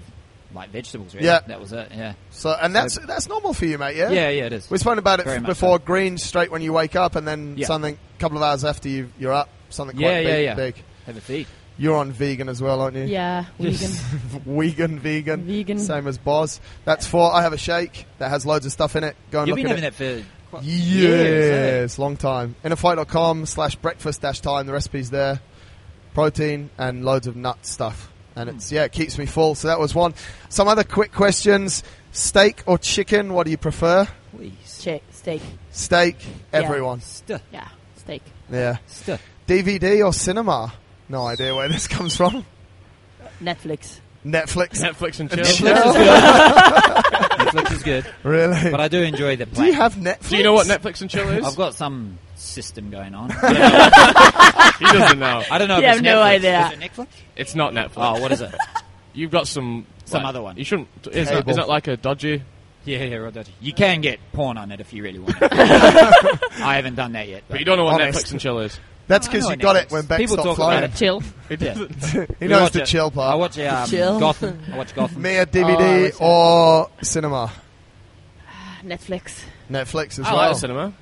Speaker 3: like vegetables. Really.
Speaker 1: Yeah.
Speaker 3: that was it. Yeah,
Speaker 1: So, and that's that's normal for you, mate. Yeah.
Speaker 3: yeah, yeah. It is.
Speaker 1: We spoke about it
Speaker 3: Very
Speaker 1: f-
Speaker 3: much
Speaker 1: before. Green straight when you wake up, and then
Speaker 3: Yeah.
Speaker 1: something a couple of hours after you you're up. Something quite
Speaker 3: Yeah,
Speaker 1: big,
Speaker 3: yeah, yeah.
Speaker 1: big.
Speaker 3: Have a feed.
Speaker 1: You're on vegan as well, aren't you?
Speaker 4: Yeah, vegan.
Speaker 1: Vegan, vegan,
Speaker 4: Vegan.
Speaker 1: Same as Boz. That's four. I have a shake that has loads of stuff in it. Go and
Speaker 3: You've
Speaker 1: look
Speaker 3: been
Speaker 1: at
Speaker 3: having
Speaker 1: it.
Speaker 3: that for quite years, eh?
Speaker 1: Yes, long time. Innerfight.com slash breakfast dash time. The recipe's there. Protein and loads of nut stuff. and it's yeah, it keeps me full. So that was one. Some other quick questions: steak or chicken? What do you prefer?
Speaker 3: Please.
Speaker 2: Che- steak.
Speaker 1: Steak.
Speaker 2: Yeah.
Speaker 1: Everyone.
Speaker 3: Stuh.
Speaker 4: Yeah, steak.
Speaker 1: Yeah.
Speaker 3: Stuh.
Speaker 1: DVD or cinema? No idea where this comes from.
Speaker 2: Netflix.
Speaker 1: Netflix.
Speaker 5: Netflix and
Speaker 1: And
Speaker 5: chill.
Speaker 1: chill.
Speaker 3: Netflix is good. Netflix is good.
Speaker 1: Really?
Speaker 3: But I do enjoy the
Speaker 1: Do
Speaker 3: plan.
Speaker 1: you have Netflix?
Speaker 5: Do you know what Netflix and chill is?
Speaker 3: I've got some system going on.
Speaker 5: he doesn't know.
Speaker 3: I don't know.
Speaker 2: You
Speaker 3: if it's
Speaker 2: have no
Speaker 3: Netflix.
Speaker 2: idea.
Speaker 3: Is it Netflix?
Speaker 5: It's not Netflix.
Speaker 3: Oh, what is it?
Speaker 5: You've got some
Speaker 3: Some
Speaker 5: like-
Speaker 3: other one.
Speaker 5: You shouldn't. Is that,
Speaker 1: Cable.
Speaker 5: is that like a dodgy?
Speaker 3: Yeah, yeah, real dodgy. You can get porn on it if you really want. it. I haven't done that yet.
Speaker 5: But you don't know what
Speaker 1: Honest.
Speaker 5: Netflix and chill is.
Speaker 1: That's
Speaker 3: Oh, I
Speaker 1: because
Speaker 3: know
Speaker 1: you
Speaker 3: what
Speaker 1: got
Speaker 3: Netflix.
Speaker 1: it when Beck
Speaker 3: People
Speaker 1: stopped
Speaker 3: talk about
Speaker 1: flying.
Speaker 3: it.
Speaker 4: Chill.
Speaker 3: Yeah.
Speaker 1: He
Speaker 3: We
Speaker 1: knows
Speaker 3: watch
Speaker 1: the
Speaker 3: it.
Speaker 1: chill part.
Speaker 3: I watch um,
Speaker 2: Chill.
Speaker 3: Gotham. I watch Gotham.
Speaker 1: Mere
Speaker 2: Oh, I
Speaker 1: DVD
Speaker 2: see.
Speaker 1: or cinema?
Speaker 4: Netflix.
Speaker 1: Netflix as
Speaker 3: Oh.
Speaker 5: I
Speaker 1: well.
Speaker 5: like cinema.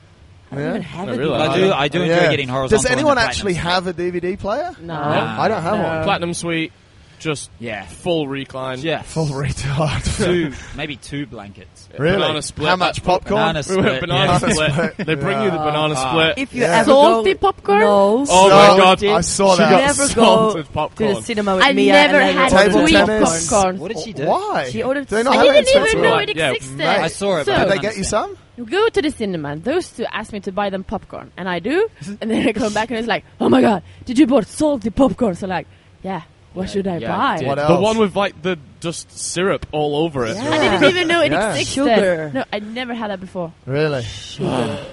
Speaker 2: I don't
Speaker 1: Yeah.
Speaker 2: even have
Speaker 5: No,
Speaker 2: a
Speaker 5: really?
Speaker 3: But I do. I do enjoy
Speaker 1: Yeah.
Speaker 3: getting horizontal.
Speaker 1: Does anyone
Speaker 3: and the
Speaker 1: actually
Speaker 3: platinum.
Speaker 1: have a DVD player?
Speaker 4: No.
Speaker 3: Nah.
Speaker 1: I don't have
Speaker 4: No.
Speaker 1: one.
Speaker 5: Platinum suite, just
Speaker 3: Yeah.
Speaker 5: full recline.
Speaker 3: Yeah.
Speaker 1: Full retard.
Speaker 3: Two, maybe two blankets.
Speaker 1: really?
Speaker 5: Banana split.
Speaker 1: How much popcorn?
Speaker 3: Banana
Speaker 5: We went
Speaker 3: split.
Speaker 5: banana
Speaker 3: yeah.
Speaker 5: split. They bring you the banana
Speaker 3: Ah.
Speaker 5: split.
Speaker 2: If you
Speaker 1: Yeah.
Speaker 2: ever
Speaker 4: Salty
Speaker 2: go,
Speaker 4: popcorn?
Speaker 2: No.
Speaker 5: Oh
Speaker 1: So-
Speaker 5: my god!
Speaker 1: I saw
Speaker 5: she
Speaker 1: that.
Speaker 5: Got
Speaker 2: Never go
Speaker 5: salted
Speaker 2: to
Speaker 5: popcorn.
Speaker 2: the cinema with
Speaker 4: I
Speaker 2: Mia
Speaker 4: never
Speaker 2: and
Speaker 4: had
Speaker 2: then
Speaker 1: Table
Speaker 4: sweet
Speaker 1: tennis.
Speaker 4: popcorn.
Speaker 3: What did she do?
Speaker 1: Why?
Speaker 2: She ordered
Speaker 1: Do they not
Speaker 2: I
Speaker 4: I
Speaker 1: have
Speaker 4: didn't
Speaker 1: expensive
Speaker 4: even
Speaker 1: ones?
Speaker 4: know
Speaker 5: one.
Speaker 4: it
Speaker 5: Yeah,
Speaker 4: existed.
Speaker 1: mate.
Speaker 3: I saw it, but
Speaker 4: So-
Speaker 1: Did
Speaker 3: I
Speaker 1: they
Speaker 3: don't
Speaker 1: get you
Speaker 3: understand.
Speaker 1: some?
Speaker 4: You go to the cinema. Those two ask me to buy them popcorn, and I do. And then I come back and it's like, oh my god, did you bought salty popcorn? So like, yeah, what should I
Speaker 5: Yeah,
Speaker 4: buy?
Speaker 5: did.
Speaker 1: What
Speaker 5: The
Speaker 1: else?
Speaker 5: one with like the just syrup all over it.
Speaker 4: I
Speaker 2: Yeah.
Speaker 4: didn't even know it
Speaker 1: Yeah.
Speaker 4: existed.
Speaker 2: Sugar.
Speaker 4: No, I never had that before.
Speaker 1: Really?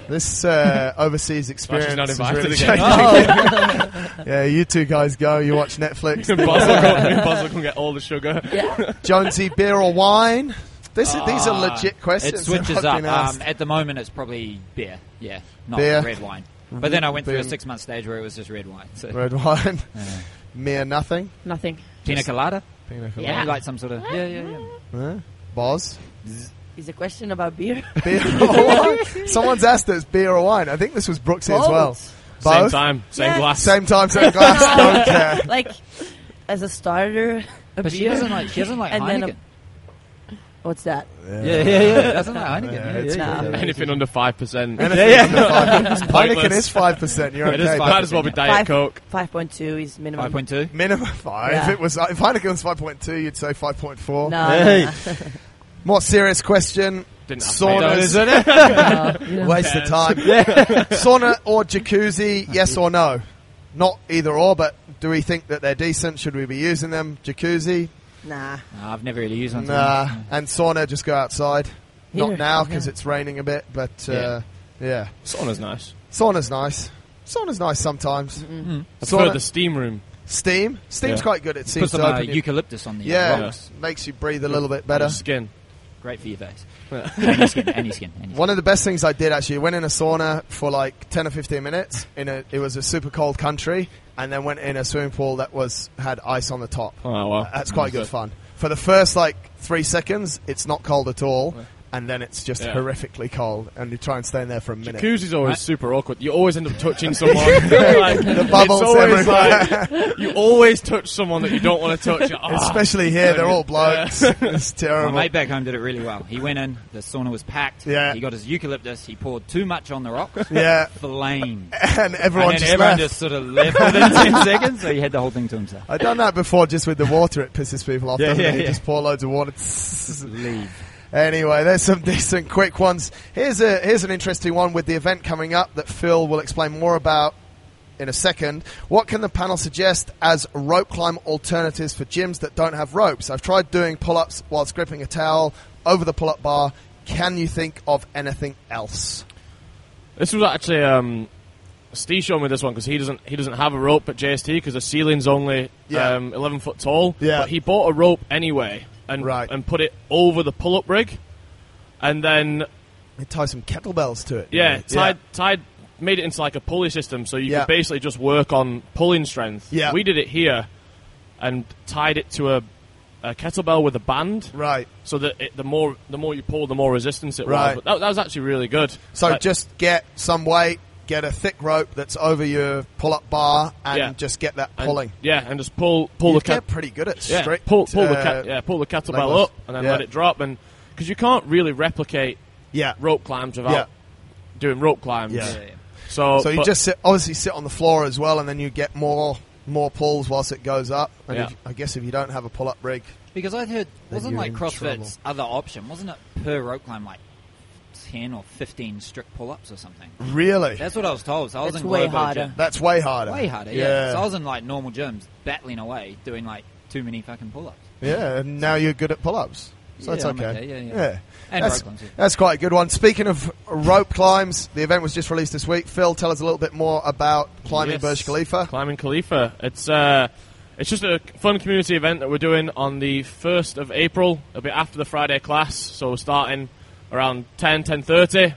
Speaker 1: this uh, overseas experience
Speaker 5: not
Speaker 1: is
Speaker 5: invited
Speaker 1: really
Speaker 5: again.
Speaker 1: changing. yeah, you two guys go. You watch Netflix.
Speaker 5: Basil can, Basil can get all the sugar.
Speaker 1: Jonesy, beer or wine? This is, these are
Speaker 3: Ah,
Speaker 1: legit questions.
Speaker 3: It switches up.
Speaker 1: Fucking ass.
Speaker 3: Um, at the moment, it's probably beer. Yeah, not
Speaker 1: Beer.
Speaker 3: red wine. But then I went through a
Speaker 1: Beer.
Speaker 3: six month stage where it was just red wine. So
Speaker 1: Red wine. Mere nothing.
Speaker 4: Nothing.
Speaker 3: pina colada.
Speaker 1: Pina colada.
Speaker 4: Yeah.
Speaker 3: Maybe like some sort of yeah, yeah, yeah.
Speaker 1: Huh? Boz?
Speaker 2: Is a question about beer?
Speaker 1: Beer or wine? Someone's asked us beer or wine. I think this was Brooksy as well.
Speaker 2: Both.
Speaker 1: Both?
Speaker 5: Same time, same
Speaker 2: Yeah.
Speaker 5: glass.
Speaker 1: Same time, same glass. Don't care.
Speaker 2: like, as a starter, a beer.
Speaker 3: But she doesn't like she doesn't like
Speaker 2: And then a-
Speaker 3: Heineken.
Speaker 2: What's that?
Speaker 3: yeah, yeah, yeah. Doesn't like Heineken.
Speaker 1: Yeah,
Speaker 3: Yeah,
Speaker 1: it's
Speaker 3: yeah,
Speaker 1: good.
Speaker 3: yeah.
Speaker 5: Anything under five percent.
Speaker 1: Anything under five- Heineken is 5%. You're
Speaker 5: It is
Speaker 1: okay.
Speaker 5: five. Might as well be Diet
Speaker 2: Five-
Speaker 5: Coke.
Speaker 2: 5.2 is minimum.
Speaker 3: Five point two.
Speaker 1: but Minimum 5. If
Speaker 2: Yeah.
Speaker 1: it was uh, if Heineken was 5.2, you'd say 5.4.
Speaker 2: No,
Speaker 1: More serious question.
Speaker 5: Didn't have
Speaker 1: Saunas.
Speaker 5: McDonald's.
Speaker 1: it?
Speaker 2: no, no.
Speaker 1: Waste of time. Sauna or jacuzzi, yes or no? Not either or, but do we think that they're decent? Should we be using them? Jacuzzi?
Speaker 2: nah.
Speaker 3: Nah, I've never really used one.
Speaker 1: Nah. And sauna, just go outside. Not
Speaker 2: Yeah.
Speaker 1: now because it's raining a bit, but uh, yeah.
Speaker 5: Sauna's nice.
Speaker 1: Sauna's nice. Sauna's nice sometimes.
Speaker 5: I
Speaker 1: Sauna-
Speaker 5: prefer the steam room.
Speaker 1: Steam. Steam's
Speaker 5: Yeah.
Speaker 1: quite good. It
Speaker 3: Put
Speaker 1: seems
Speaker 3: some
Speaker 1: to
Speaker 3: uh,
Speaker 1: open you-
Speaker 3: eucalyptus on the uh,
Speaker 1: Yeah,
Speaker 3: rocks.
Speaker 1: makes you breathe a little bit better.
Speaker 5: Skin.
Speaker 3: Great for your face. and your skin. And your skin. And your
Speaker 1: One of the best things I did actually went in a sauna for like ten or fifteen minutes. In a, it was a super cold country, and then went in a swimming pool that was had ice on the top.
Speaker 5: Oh well.
Speaker 1: That's quite good fun. For the first like three seconds, it's not cold at all, and then it's just
Speaker 5: Yeah.
Speaker 1: horrifically cold, and you try and stay in there for a minute.
Speaker 5: Jacuzzi's always super awkward. You always end up touching someone. Like,
Speaker 1: The bubbles
Speaker 5: it's always
Speaker 1: everywhere.
Speaker 5: like you always touch someone that you don't want to touch. You're, "Ah."
Speaker 1: Especially here, they're all blokes. it's
Speaker 3: My
Speaker 1: terrible.
Speaker 3: mate back home did it really well. He went in, the sauna was packed.
Speaker 1: Yeah.
Speaker 3: He got his eucalyptus. He poured too much on the rocks.
Speaker 1: Yeah,
Speaker 3: Flame.
Speaker 1: and everyone
Speaker 3: and then
Speaker 1: just
Speaker 3: everyone
Speaker 1: left.
Speaker 3: just sort of left within 10 seconds, so he had the whole thing to himself.
Speaker 1: I've done that before just with the water. It pisses people off.
Speaker 3: Yeah,
Speaker 1: doesn't
Speaker 3: yeah,
Speaker 1: it? You
Speaker 3: yeah.
Speaker 1: just pour loads of water.
Speaker 3: Leave.
Speaker 1: Anyway, there's some decent quick ones. Here's a here's an interesting one with the event coming up that Phil will explain more about in a second. What can the panel suggest as rope climb alternatives for gyms that don't have ropes? I've tried doing pull-ups whilst gripping a towel over the pull-up bar. Can you think of anything else?
Speaker 5: This was actually um, Steve showed me this one because he doesn't he doesn't have a rope at JST because the ceiling's only
Speaker 1: Yeah.
Speaker 5: um, eleven foot tall.
Speaker 1: Yeah.
Speaker 5: but he bought a rope anyway and
Speaker 1: Right.
Speaker 5: and put it over the pull up rig, and then
Speaker 1: You tie some kettlebells to it.
Speaker 5: yeah tied tied made it into like a pulley system so you
Speaker 1: Yeah.
Speaker 5: could basically just work on pulling strength.
Speaker 1: Yeah.
Speaker 5: we did it here, and tied it to a, a kettlebell with a band.
Speaker 1: Right.
Speaker 5: So that it, the more the more you pull, the more resistance it
Speaker 1: Right.
Speaker 5: was. But that, that was actually really good.
Speaker 1: So
Speaker 5: Like-
Speaker 1: just get some weight, get a thick rope that's over your pull-up bar, and
Speaker 5: Yeah.
Speaker 1: just get that
Speaker 5: and-
Speaker 1: pulling.
Speaker 5: yeah, and just pull pull
Speaker 1: you
Speaker 5: the cat,
Speaker 1: get pretty good at
Speaker 5: yeah,
Speaker 1: strict.
Speaker 5: pull pull the
Speaker 1: uh,
Speaker 5: cat, yeah, pull the kettlebell
Speaker 1: levels.
Speaker 5: up and then
Speaker 1: Yeah.
Speaker 5: let it drop, and because you can't really replicate
Speaker 1: yeah.
Speaker 5: rope climbs without
Speaker 1: Yeah.
Speaker 5: doing rope climbs.
Speaker 1: Yeah.
Speaker 3: Yeah, yeah.
Speaker 5: So,
Speaker 1: So you
Speaker 5: but-
Speaker 1: just sit, obviously sit on the floor as well, and then you get more more pulls whilst it goes up. And
Speaker 5: Yeah.
Speaker 1: if, I guess if you don't have a pull-up rig,
Speaker 3: Because I heard wasn't
Speaker 1: you're
Speaker 3: like
Speaker 1: in
Speaker 3: CrossFit's
Speaker 1: trouble.
Speaker 3: other option, wasn't it per rope climb like ten or fifteen strict pull-ups or something?
Speaker 1: really, that's,
Speaker 3: That's what I was told. So I was
Speaker 2: It's
Speaker 3: in
Speaker 2: way
Speaker 3: Globo
Speaker 2: harder.
Speaker 3: Gym.
Speaker 1: way harder.
Speaker 3: Way harder, yeah. So I was in like normal gyms battling away, doing like too many fucking pull-ups.
Speaker 1: Yeah, and now you're good at pull-ups. So
Speaker 3: Yeah,
Speaker 1: that's
Speaker 3: I'm
Speaker 1: okay.
Speaker 3: okay, yeah, yeah. And
Speaker 1: that's,
Speaker 3: rope climbs, yeah.
Speaker 1: that's quite a good one. Speaking of rope climbs, the event was just released this week. Phil, tell us a little bit more about climbing
Speaker 5: Yes.
Speaker 1: Burj Khalifa.
Speaker 5: Climbing Khalifa. It's uh, it's just a fun community event that we're doing on the first of April. It'll be after the Friday class, so we're starting around 10, 10.30.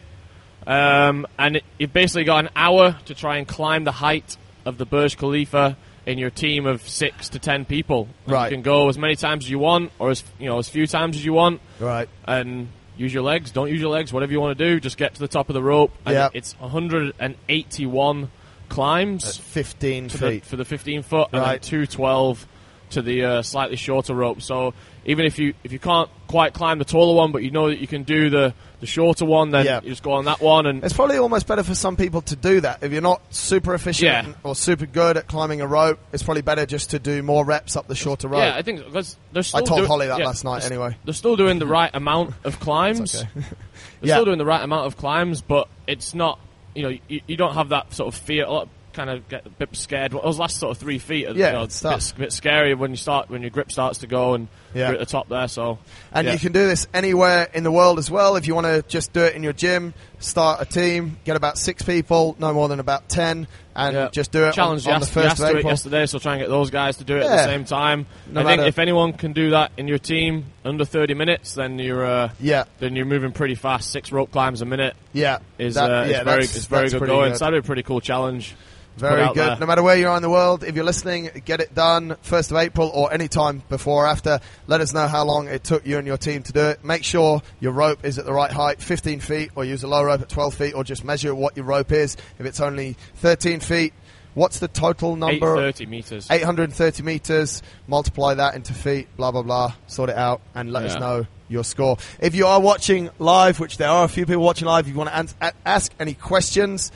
Speaker 5: Um, and it, you've basically got an hour to try and climb the height of the Burj Khalifa in your team of six to ten people. And
Speaker 1: Right.
Speaker 5: You can go as many times as you want, or as you know, as few times as you want
Speaker 1: Right.
Speaker 5: and use your legs. Don't use your legs. Whatever you want to do, just get to the top of the rope. And
Speaker 1: Yeah.
Speaker 5: It's 181
Speaker 1: That's
Speaker 5: climbs
Speaker 1: 15
Speaker 5: for the,
Speaker 1: feet.
Speaker 5: for the 15 foot, and then
Speaker 1: Right.
Speaker 5: 212 to the uh, slightly shorter rope. So even if you if you can't quite climb the taller one, but you know that you can do the the shorter one, then
Speaker 1: Yeah.
Speaker 5: you just go on that one. And
Speaker 1: It's probably almost better for some people to do that. If you're not super efficient
Speaker 5: Yeah.
Speaker 1: or super good at climbing a rope, it's probably better just to do more reps up the shorter rope.
Speaker 5: yeah, I think that's- they're still
Speaker 1: told
Speaker 5: do-
Speaker 1: Holly that
Speaker 5: yeah,
Speaker 1: last night
Speaker 5: they're s-
Speaker 1: anyway.
Speaker 5: They're still doing the right amount of climbs.
Speaker 1: okay.
Speaker 5: They're
Speaker 1: Yeah.
Speaker 5: still doing the right amount of climbs, but it's not. You know, you, you don't have that sort of fear. A lot of kind of get a bit scared. Well, those last sort of three feet, are,
Speaker 1: Yeah,
Speaker 5: you know,
Speaker 1: it's
Speaker 5: it's a
Speaker 1: tough.
Speaker 5: bit, bit scary when you start when your grip starts to go and
Speaker 1: Yeah.
Speaker 5: you're at the top there. So
Speaker 1: And
Speaker 5: yeah.
Speaker 1: you can do this anywhere in the world as well. If you want to just do it in your gym, start a team, get about six people, no more than about ten, and
Speaker 5: Yeah.
Speaker 1: just do it
Speaker 5: Challenge
Speaker 1: on, on the
Speaker 5: yes-
Speaker 1: first
Speaker 5: yes
Speaker 1: of
Speaker 5: to it
Speaker 1: April.
Speaker 5: yesterday, so try and get those guys to do it at
Speaker 1: Yeah.
Speaker 5: the same time.
Speaker 1: No
Speaker 5: I think
Speaker 1: matter-
Speaker 5: if anyone can do that in your team under 30 minutes, then you're uh,
Speaker 1: Yeah,
Speaker 5: then you're moving pretty fast. Six rope climbs a minute
Speaker 1: yeah,
Speaker 5: is
Speaker 1: That-
Speaker 5: uh,
Speaker 1: yeah,
Speaker 5: is very
Speaker 1: that's-
Speaker 5: is very
Speaker 1: that's
Speaker 5: good
Speaker 1: pretty
Speaker 5: going. So that'd be a pretty cool challenge. to put
Speaker 1: Very
Speaker 5: out
Speaker 1: good.
Speaker 5: there.
Speaker 1: No matter where you are in the world, if you're listening, get it done 1st of April or any time before or after. Let us know how long it took you and your team to do it. Make sure your rope is at the right height, 15 feet, or use a low rope at 12 feet, or just measure what your rope is. If it's only 13 feet, what's the total number?
Speaker 5: 830 meters.
Speaker 1: 830 meters. Multiply that into feet, blah, blah, blah. Sort it out and let us
Speaker 5: Yeah.
Speaker 1: know your score. If you are watching live, which there are a few people watching live, if you want to ans- a- ask any questions,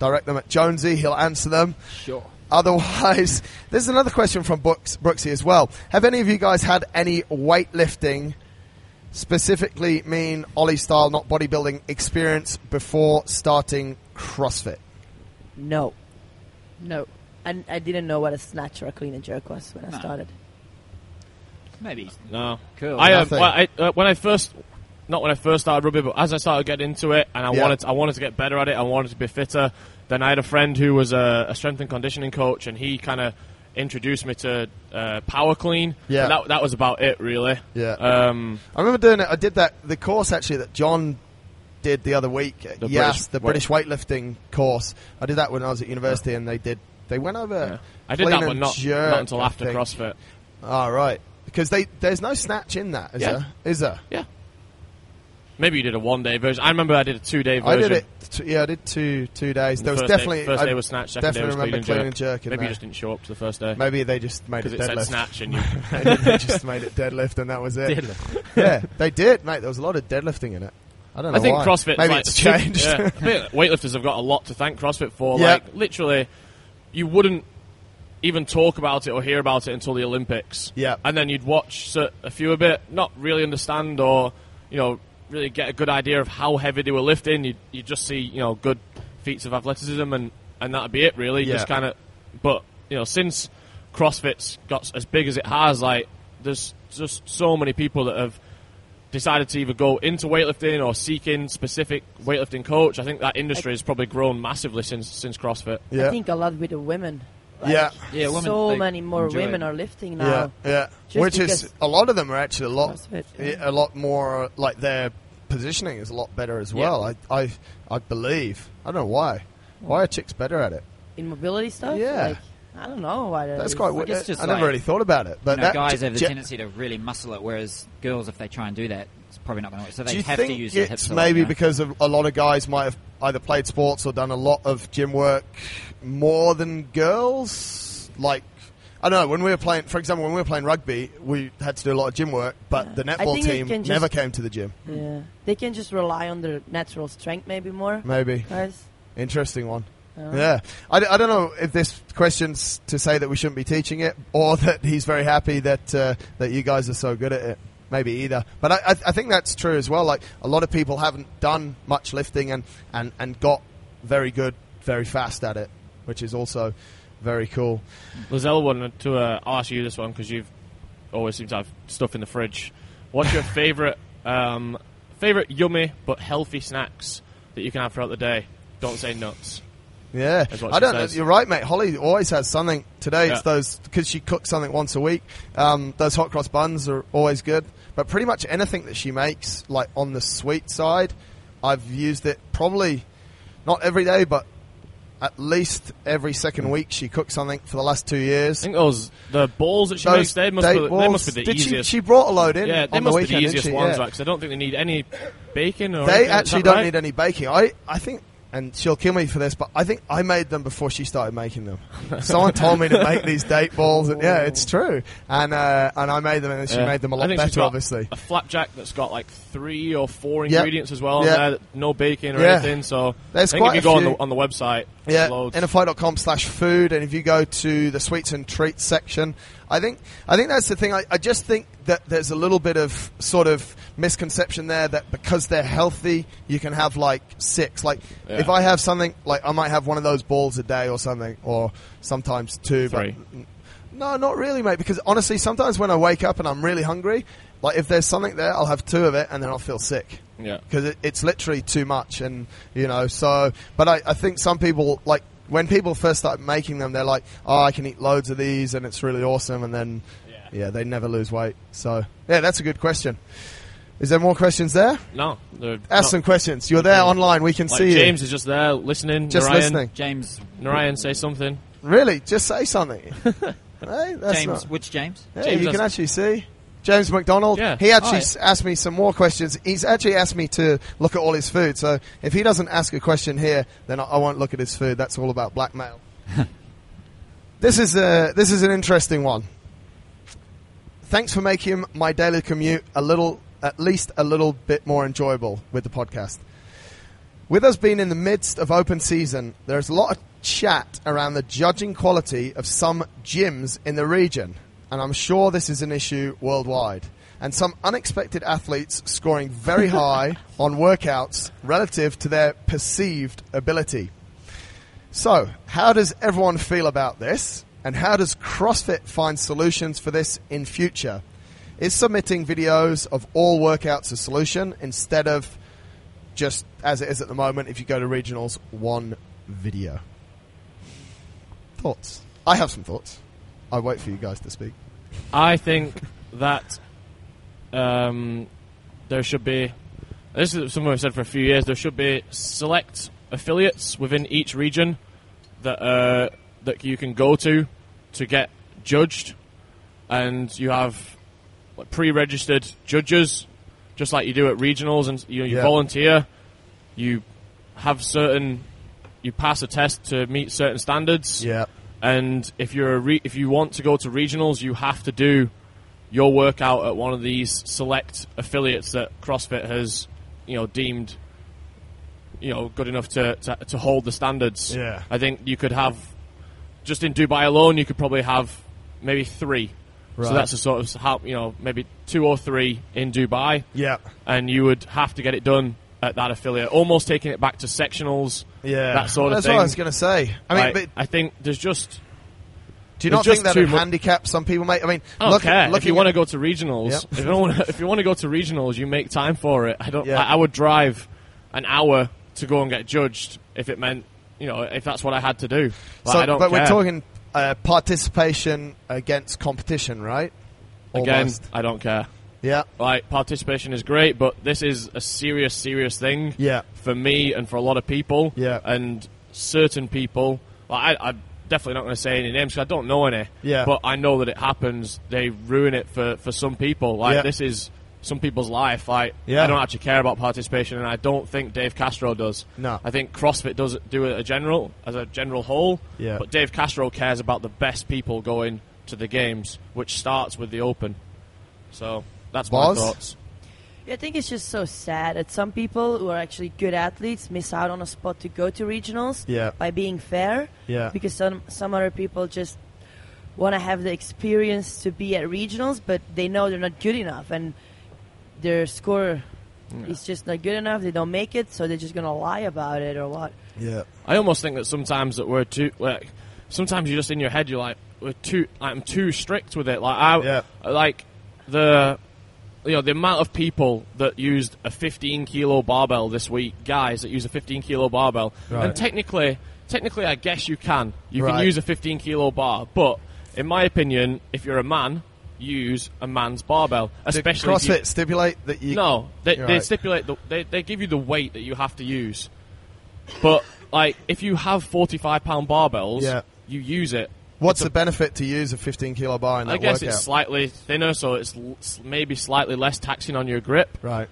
Speaker 1: direct them at Jonesy. He'll answer them.
Speaker 3: Sure.
Speaker 1: Otherwise, there's another question from Brooks, Brooksy as well. Have any of you guys had any weightlifting, specifically mean Ollie style, not bodybuilding, experience before starting CrossFit?
Speaker 2: No.
Speaker 4: No.
Speaker 2: I, I didn't know what a snatch or a clean and jerk was when I
Speaker 3: No.
Speaker 2: started.
Speaker 3: Maybe
Speaker 5: No.
Speaker 3: cool.
Speaker 5: I, uh,
Speaker 1: Nothing.
Speaker 5: well, I uh, when I first not when I first started rugby, but as I started getting into it, and I
Speaker 1: Yeah.
Speaker 5: wanted to, I wanted to get better at it, I wanted to be fitter. Then I had a friend who was a, a strength and conditioning coach, and he kind of introduced me to uh, power clean.
Speaker 1: Yeah.
Speaker 5: and that, that was about it, really.
Speaker 1: Yeah.
Speaker 5: Um,
Speaker 1: I remember doing it. I did that the course actually that John did the other week.
Speaker 5: The
Speaker 1: yes,
Speaker 5: British
Speaker 1: the
Speaker 5: weight-
Speaker 1: British weightlifting course. I did that when I was at university, and they did. They went over.
Speaker 5: yeah. I did
Speaker 1: clean
Speaker 5: that, but
Speaker 1: and
Speaker 5: not,
Speaker 1: jerk,
Speaker 5: not until
Speaker 1: I
Speaker 5: after
Speaker 1: think.
Speaker 5: CrossFit.
Speaker 1: Oh, right. Because they there's no snatch in that, is
Speaker 5: Yeah.
Speaker 1: there? Is there?
Speaker 5: Yeah. Maybe you did a one day version. I remember I did a two day version.
Speaker 1: I did it. T- yeah, I did two two days.
Speaker 5: Oh, The
Speaker 1: there was
Speaker 5: first
Speaker 1: definitely
Speaker 5: day, first
Speaker 1: I
Speaker 5: day was snatch, second day
Speaker 1: definitely
Speaker 5: was clean
Speaker 1: remember
Speaker 5: and jerk.
Speaker 1: clean and jerk in
Speaker 5: Maybe
Speaker 1: there.
Speaker 5: you just didn't show up to the first day
Speaker 1: Maybe they just made
Speaker 5: because
Speaker 1: it
Speaker 5: it said
Speaker 1: deadlift.
Speaker 5: snatch and you.
Speaker 1: they just made it deadlift, and that was it. Yeah, they did, mate. There was a lot of deadlifting in it. I don't know.
Speaker 5: I think
Speaker 1: why.
Speaker 5: CrossFit.
Speaker 1: Maybe
Speaker 5: like,
Speaker 1: it's changed.
Speaker 5: Yeah, I think weightlifters have got a lot to thank CrossFit for.
Speaker 1: Yeah.
Speaker 5: Like literally, you wouldn't even talk about it or hear about it until the Olympics.
Speaker 1: Yeah.
Speaker 5: and then you'd watch cer- a few a bit, not really understand or you know really get a good idea of how heavy they were lifting. You you just see you know good feats of athleticism and and that'd be it really.
Speaker 1: Yeah.
Speaker 5: Just kind of, but you know since CrossFit's got s- as big as it has, like there's just so many people that have decided to either go into weightlifting or seek in specific weightlifting coach. I think that industry has probably grown massively since since CrossFit.
Speaker 1: yeah.
Speaker 2: I think a lot with the women.
Speaker 1: Yeah.
Speaker 3: Yeah, women,
Speaker 2: so
Speaker 3: they
Speaker 2: many more
Speaker 3: enjoy
Speaker 2: women
Speaker 3: it.
Speaker 2: are lifting
Speaker 1: Yeah,
Speaker 2: now.
Speaker 1: yeah.
Speaker 2: Just
Speaker 1: Which is
Speaker 2: because-
Speaker 1: a lot of them are actually a lot,
Speaker 2: CrossFit, yeah.
Speaker 1: a lot more like their positioning is a lot better as well. I, I, I believe. I don't know why. Why are chicks better at it?
Speaker 2: In mobility stuff?
Speaker 1: Yeah.
Speaker 2: Like, I don't know why that
Speaker 1: That's
Speaker 2: is.
Speaker 1: quite.
Speaker 3: I
Speaker 1: weird.
Speaker 3: guess just
Speaker 1: I never
Speaker 3: like-
Speaker 1: really thought about it. But
Speaker 3: you know,
Speaker 1: that,
Speaker 3: guys
Speaker 1: j-
Speaker 3: have the
Speaker 1: j-
Speaker 3: tendency to really muscle it, whereas girls, if they try and do that, it's probably not going to work. So
Speaker 1: Do
Speaker 3: they
Speaker 1: you
Speaker 3: have
Speaker 1: think
Speaker 3: to use their hips.
Speaker 1: it's
Speaker 3: a lot, you
Speaker 1: maybe
Speaker 3: know?
Speaker 1: because of a lot of guys might have either played sports or done a lot of gym work more than girls? Like, I don't know. When we were playing, for example, when we were playing rugby, we had to do a lot of gym work, but the
Speaker 2: I
Speaker 1: netball
Speaker 2: think it
Speaker 1: team
Speaker 2: can just-
Speaker 1: never came to the gym.
Speaker 2: Yeah. They can just rely on their natural strength maybe more.
Speaker 1: Maybe
Speaker 2: Guys.
Speaker 1: interesting one. Yeah, I, d- I don't know if this question's to say that we shouldn't be teaching it, or that he's very happy that uh, that you guys are so good at it. Maybe either, but I, I, I think that's true as well. Like a lot of people haven't done much lifting and, and, and got very good very fast at it, which is also very cool.
Speaker 5: Lizelle wanted to uh, I'll ask you this one because you've always seemed to have stuff in the fridge. What's your favorite um, favorite yummy but healthy snacks that you can have throughout the day? Don't say nuts.
Speaker 1: Yeah,
Speaker 5: That's what
Speaker 1: I
Speaker 5: she
Speaker 1: don't. know.
Speaker 5: says.
Speaker 1: You're right, mate. Holly always has something. Today it's
Speaker 5: Yeah.
Speaker 1: those because she cooks something once a week. Um, those hot cross buns are always good, but pretty much anything that she makes, like on the sweet side, I've used it probably not every day, but at least every second week she cooks something for the last two
Speaker 5: I
Speaker 1: years.
Speaker 5: think those the balls that she
Speaker 1: Those
Speaker 5: makes they must,
Speaker 1: date
Speaker 5: be, they
Speaker 1: balls.
Speaker 5: must be the
Speaker 1: Did
Speaker 5: easiest.
Speaker 1: She, she brought a load in
Speaker 5: yeah, they
Speaker 1: on
Speaker 5: must
Speaker 1: the
Speaker 5: be
Speaker 1: weekend.
Speaker 5: the
Speaker 1: didn't
Speaker 5: easiest
Speaker 1: she?
Speaker 5: ones
Speaker 1: Yeah.
Speaker 5: because I don't think they need any bacon or
Speaker 1: They
Speaker 5: anything. Is
Speaker 1: actually
Speaker 5: that
Speaker 1: don't
Speaker 5: right?
Speaker 1: need any baking. I, I think, and she'll kill me for this, but I think I made them before she started making them. Someone told me to make these date balls, and yeah, it's true. And uh, and I made them, and then she
Speaker 5: Yeah.
Speaker 1: made them a
Speaker 5: I
Speaker 1: lot
Speaker 5: think she's
Speaker 1: better,
Speaker 5: got
Speaker 1: obviously.
Speaker 5: A flapjack that's got like three or four
Speaker 1: Yeah.
Speaker 5: ingredients as well. in
Speaker 1: Yeah.
Speaker 5: there that- no bacon or
Speaker 1: Yeah.
Speaker 5: anything. So
Speaker 1: There's
Speaker 5: I think
Speaker 1: quite
Speaker 5: if you
Speaker 1: a
Speaker 5: go on
Speaker 1: few.
Speaker 5: the on the website,
Speaker 1: Yeah,
Speaker 5: there's loads.
Speaker 1: nfi.com slash food, and if you go to the sweets and treats section, I think I think that's the thing. I, I just think that there's a little bit of sort of misconception there that because they're healthy, you can have like six. Like
Speaker 5: Yeah.
Speaker 1: if I have something, like I might have one of those balls a day or something, or sometimes two.
Speaker 5: Three.
Speaker 1: But no, not really, mate. Because honestly, sometimes when I wake up and I'm really hungry, like if there's something there, I'll have two of it, and then I'll feel sick
Speaker 5: yeah.
Speaker 1: because it, it's literally too much and you know so but I, I think some people like when people first start making them they're like oh i can eat loads of these and it's really awesome and then yeah, they never lose weight so yeah that's a good question is there more questions there
Speaker 5: No, they're
Speaker 1: ask
Speaker 5: not-
Speaker 1: some questions you're there online we can
Speaker 5: Like
Speaker 1: see
Speaker 5: James
Speaker 1: you
Speaker 5: is just there listening.
Speaker 1: just
Speaker 5: Narayan,
Speaker 1: listening
Speaker 3: James.
Speaker 5: Narayan, say something.
Speaker 1: really just say something hey, that's
Speaker 3: James.
Speaker 1: not,
Speaker 3: Which James?
Speaker 1: yeah,
Speaker 5: James
Speaker 1: you can
Speaker 5: doesn't-
Speaker 1: actually see James McDonald,
Speaker 5: Yeah.
Speaker 1: he actually
Speaker 3: Oh, yeah.
Speaker 1: s asked me some more questions. He's actually asked me to look at all his food. So if he doesn't ask a question here, then I, I won't look at his food. That's all about blackmail. this is a, this is an interesting one. Thanks for making my daily commute a little, at least a little bit more enjoyable with the podcast. With us being in the midst of open season, there's a lot of chat around the judging quality of some gyms in the region, and I'm sure this is an issue worldwide. And some unexpected athletes scoring very high on workouts relative to their perceived ability. So, how does everyone feel about this? And how does CrossFit find solutions for this in future? Is submitting videos of all workouts a solution instead of just as it is at the moment if you go to regionals one video thoughts i have some thoughts i wait for you guys to speak
Speaker 5: I think that um, there should be. This is something I've said for a few years. There should be select affiliates within each region that uh, that you can go to to get judged, and you have like, pre-registered judges, just like you do at regionals, and you, you
Speaker 1: Yeah.
Speaker 5: volunteer. You have certain. You pass a test to meet certain standards and if you're a re- if you want to go to regionals, you have to do your workout at one of these select affiliates that CrossFit has, you know, deemed, you know, good enough to to, to hold the standards.
Speaker 1: Yeah.
Speaker 5: I think you could have just in Dubai alone, you could probably have maybe three.
Speaker 1: Right.
Speaker 5: So that's a sort of how you know maybe two or three in Dubai
Speaker 1: yeah
Speaker 5: and you would have to get it done at that affiliate. Almost taking it back to sectionals,
Speaker 1: yeah
Speaker 5: that sort of
Speaker 1: that's
Speaker 5: thing.
Speaker 1: what i was going to say i mean
Speaker 5: Like,
Speaker 1: but
Speaker 5: I think there's just
Speaker 1: do you
Speaker 5: it's
Speaker 1: not think
Speaker 5: just
Speaker 1: that
Speaker 5: too
Speaker 1: it
Speaker 5: mu-
Speaker 1: handicaps some people mate i mean
Speaker 5: I don't
Speaker 1: look,
Speaker 5: care.
Speaker 1: look
Speaker 5: if you want to go to regionals,
Speaker 1: Yep.
Speaker 5: if you don't wanna, if you want to go to regionals, you make time for it. I don't.
Speaker 1: Yeah.
Speaker 5: I, I would drive an hour to go and get judged if it meant you know if that's what I had to do. Like,
Speaker 1: so,
Speaker 5: I don't
Speaker 1: but we're
Speaker 5: care.
Speaker 1: talking uh, participation against competition right
Speaker 5: again.
Speaker 1: Almost.
Speaker 5: I don't care.
Speaker 1: yeah
Speaker 5: Like participation is great, but this is a serious, serious thing.
Speaker 1: Yeah.
Speaker 5: For me and for a lot of people.
Speaker 1: Yeah.
Speaker 5: And certain people, like I, I'm definitely not going to say any names 'cause I don't know any.
Speaker 1: Yeah.
Speaker 5: But I know that it happens. They ruin it for for some people. Like
Speaker 1: Yeah.
Speaker 5: this is some people's life. Like
Speaker 1: Yeah.
Speaker 5: I don't actually care about participation, and I don't think Dave Castro does.
Speaker 1: No.
Speaker 5: I think CrossFit does it- do it a general as a general whole.
Speaker 1: Yeah.
Speaker 5: But Dave Castro cares about the best people going to the games, which starts with the Open. So that's my
Speaker 1: Boz?
Speaker 5: thoughts.
Speaker 2: I think it's just so sad that some people who are actually good athletes miss out on a spot to go to regionals
Speaker 1: Yeah,
Speaker 2: by being fair
Speaker 1: yeah,
Speaker 2: because some some other people just want to have the experience to be at regionals but they know they're not good enough and their score is just not good enough they don't make it so they're just going to lie about it or what
Speaker 1: yeah.
Speaker 5: I almost think that sometimes that we're too like sometimes you're just in your head you're like we're too I'm too strict with it like I
Speaker 1: Yeah.
Speaker 5: like the you know the amount of people that used a 15 kilo barbell this week guys that use a 15 kilo barbell
Speaker 1: Right.
Speaker 5: and technically technically I guess you can you
Speaker 1: Right.
Speaker 5: can use a 15 kilo bar but in my opinion if you're a man use a man's barbell especially if you-
Speaker 1: CrossFit stipulate that you.
Speaker 5: no, they,
Speaker 1: You're
Speaker 5: they
Speaker 1: right.
Speaker 5: stipulate the, they they give you the weight that you have to use, but like if you have forty five pound barbells,
Speaker 1: Yeah.
Speaker 5: you use it.
Speaker 1: What's the benefit to use a 15 kilo bar in that
Speaker 5: I guess
Speaker 1: workout?
Speaker 5: it's slightly thinner, so it's l- s- maybe slightly less taxing on your grip.
Speaker 1: right.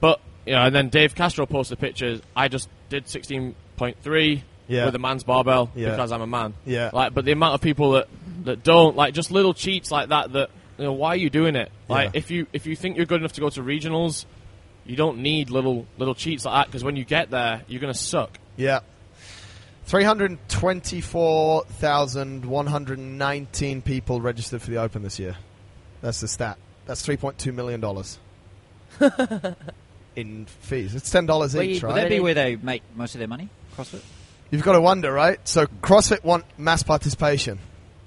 Speaker 5: But you know, and then Dave Castro posted a picture. I just did sixteen point three
Speaker 1: Yeah.
Speaker 5: with a man's barbell
Speaker 1: Yeah.
Speaker 5: because I'm a man.
Speaker 1: Yeah.
Speaker 5: Like, but the amount of people that that don't like just little cheats like that. That you know, why are you doing it? Like,
Speaker 1: Yeah.
Speaker 5: if you if you think you're good enough to go to regionals, you don't need little little cheats like that because when you get there, you're gonna suck.
Speaker 1: Yeah. 324,119 people registered for the Open this year. That's the stat. That's $3.2 million in fees. It's $10
Speaker 2: Well,
Speaker 1: each,
Speaker 2: you-
Speaker 3: Would
Speaker 1: right?
Speaker 3: that be where they make most of their money? CrossFit.
Speaker 1: You've got to wonder, right? So CrossFit want mass participation.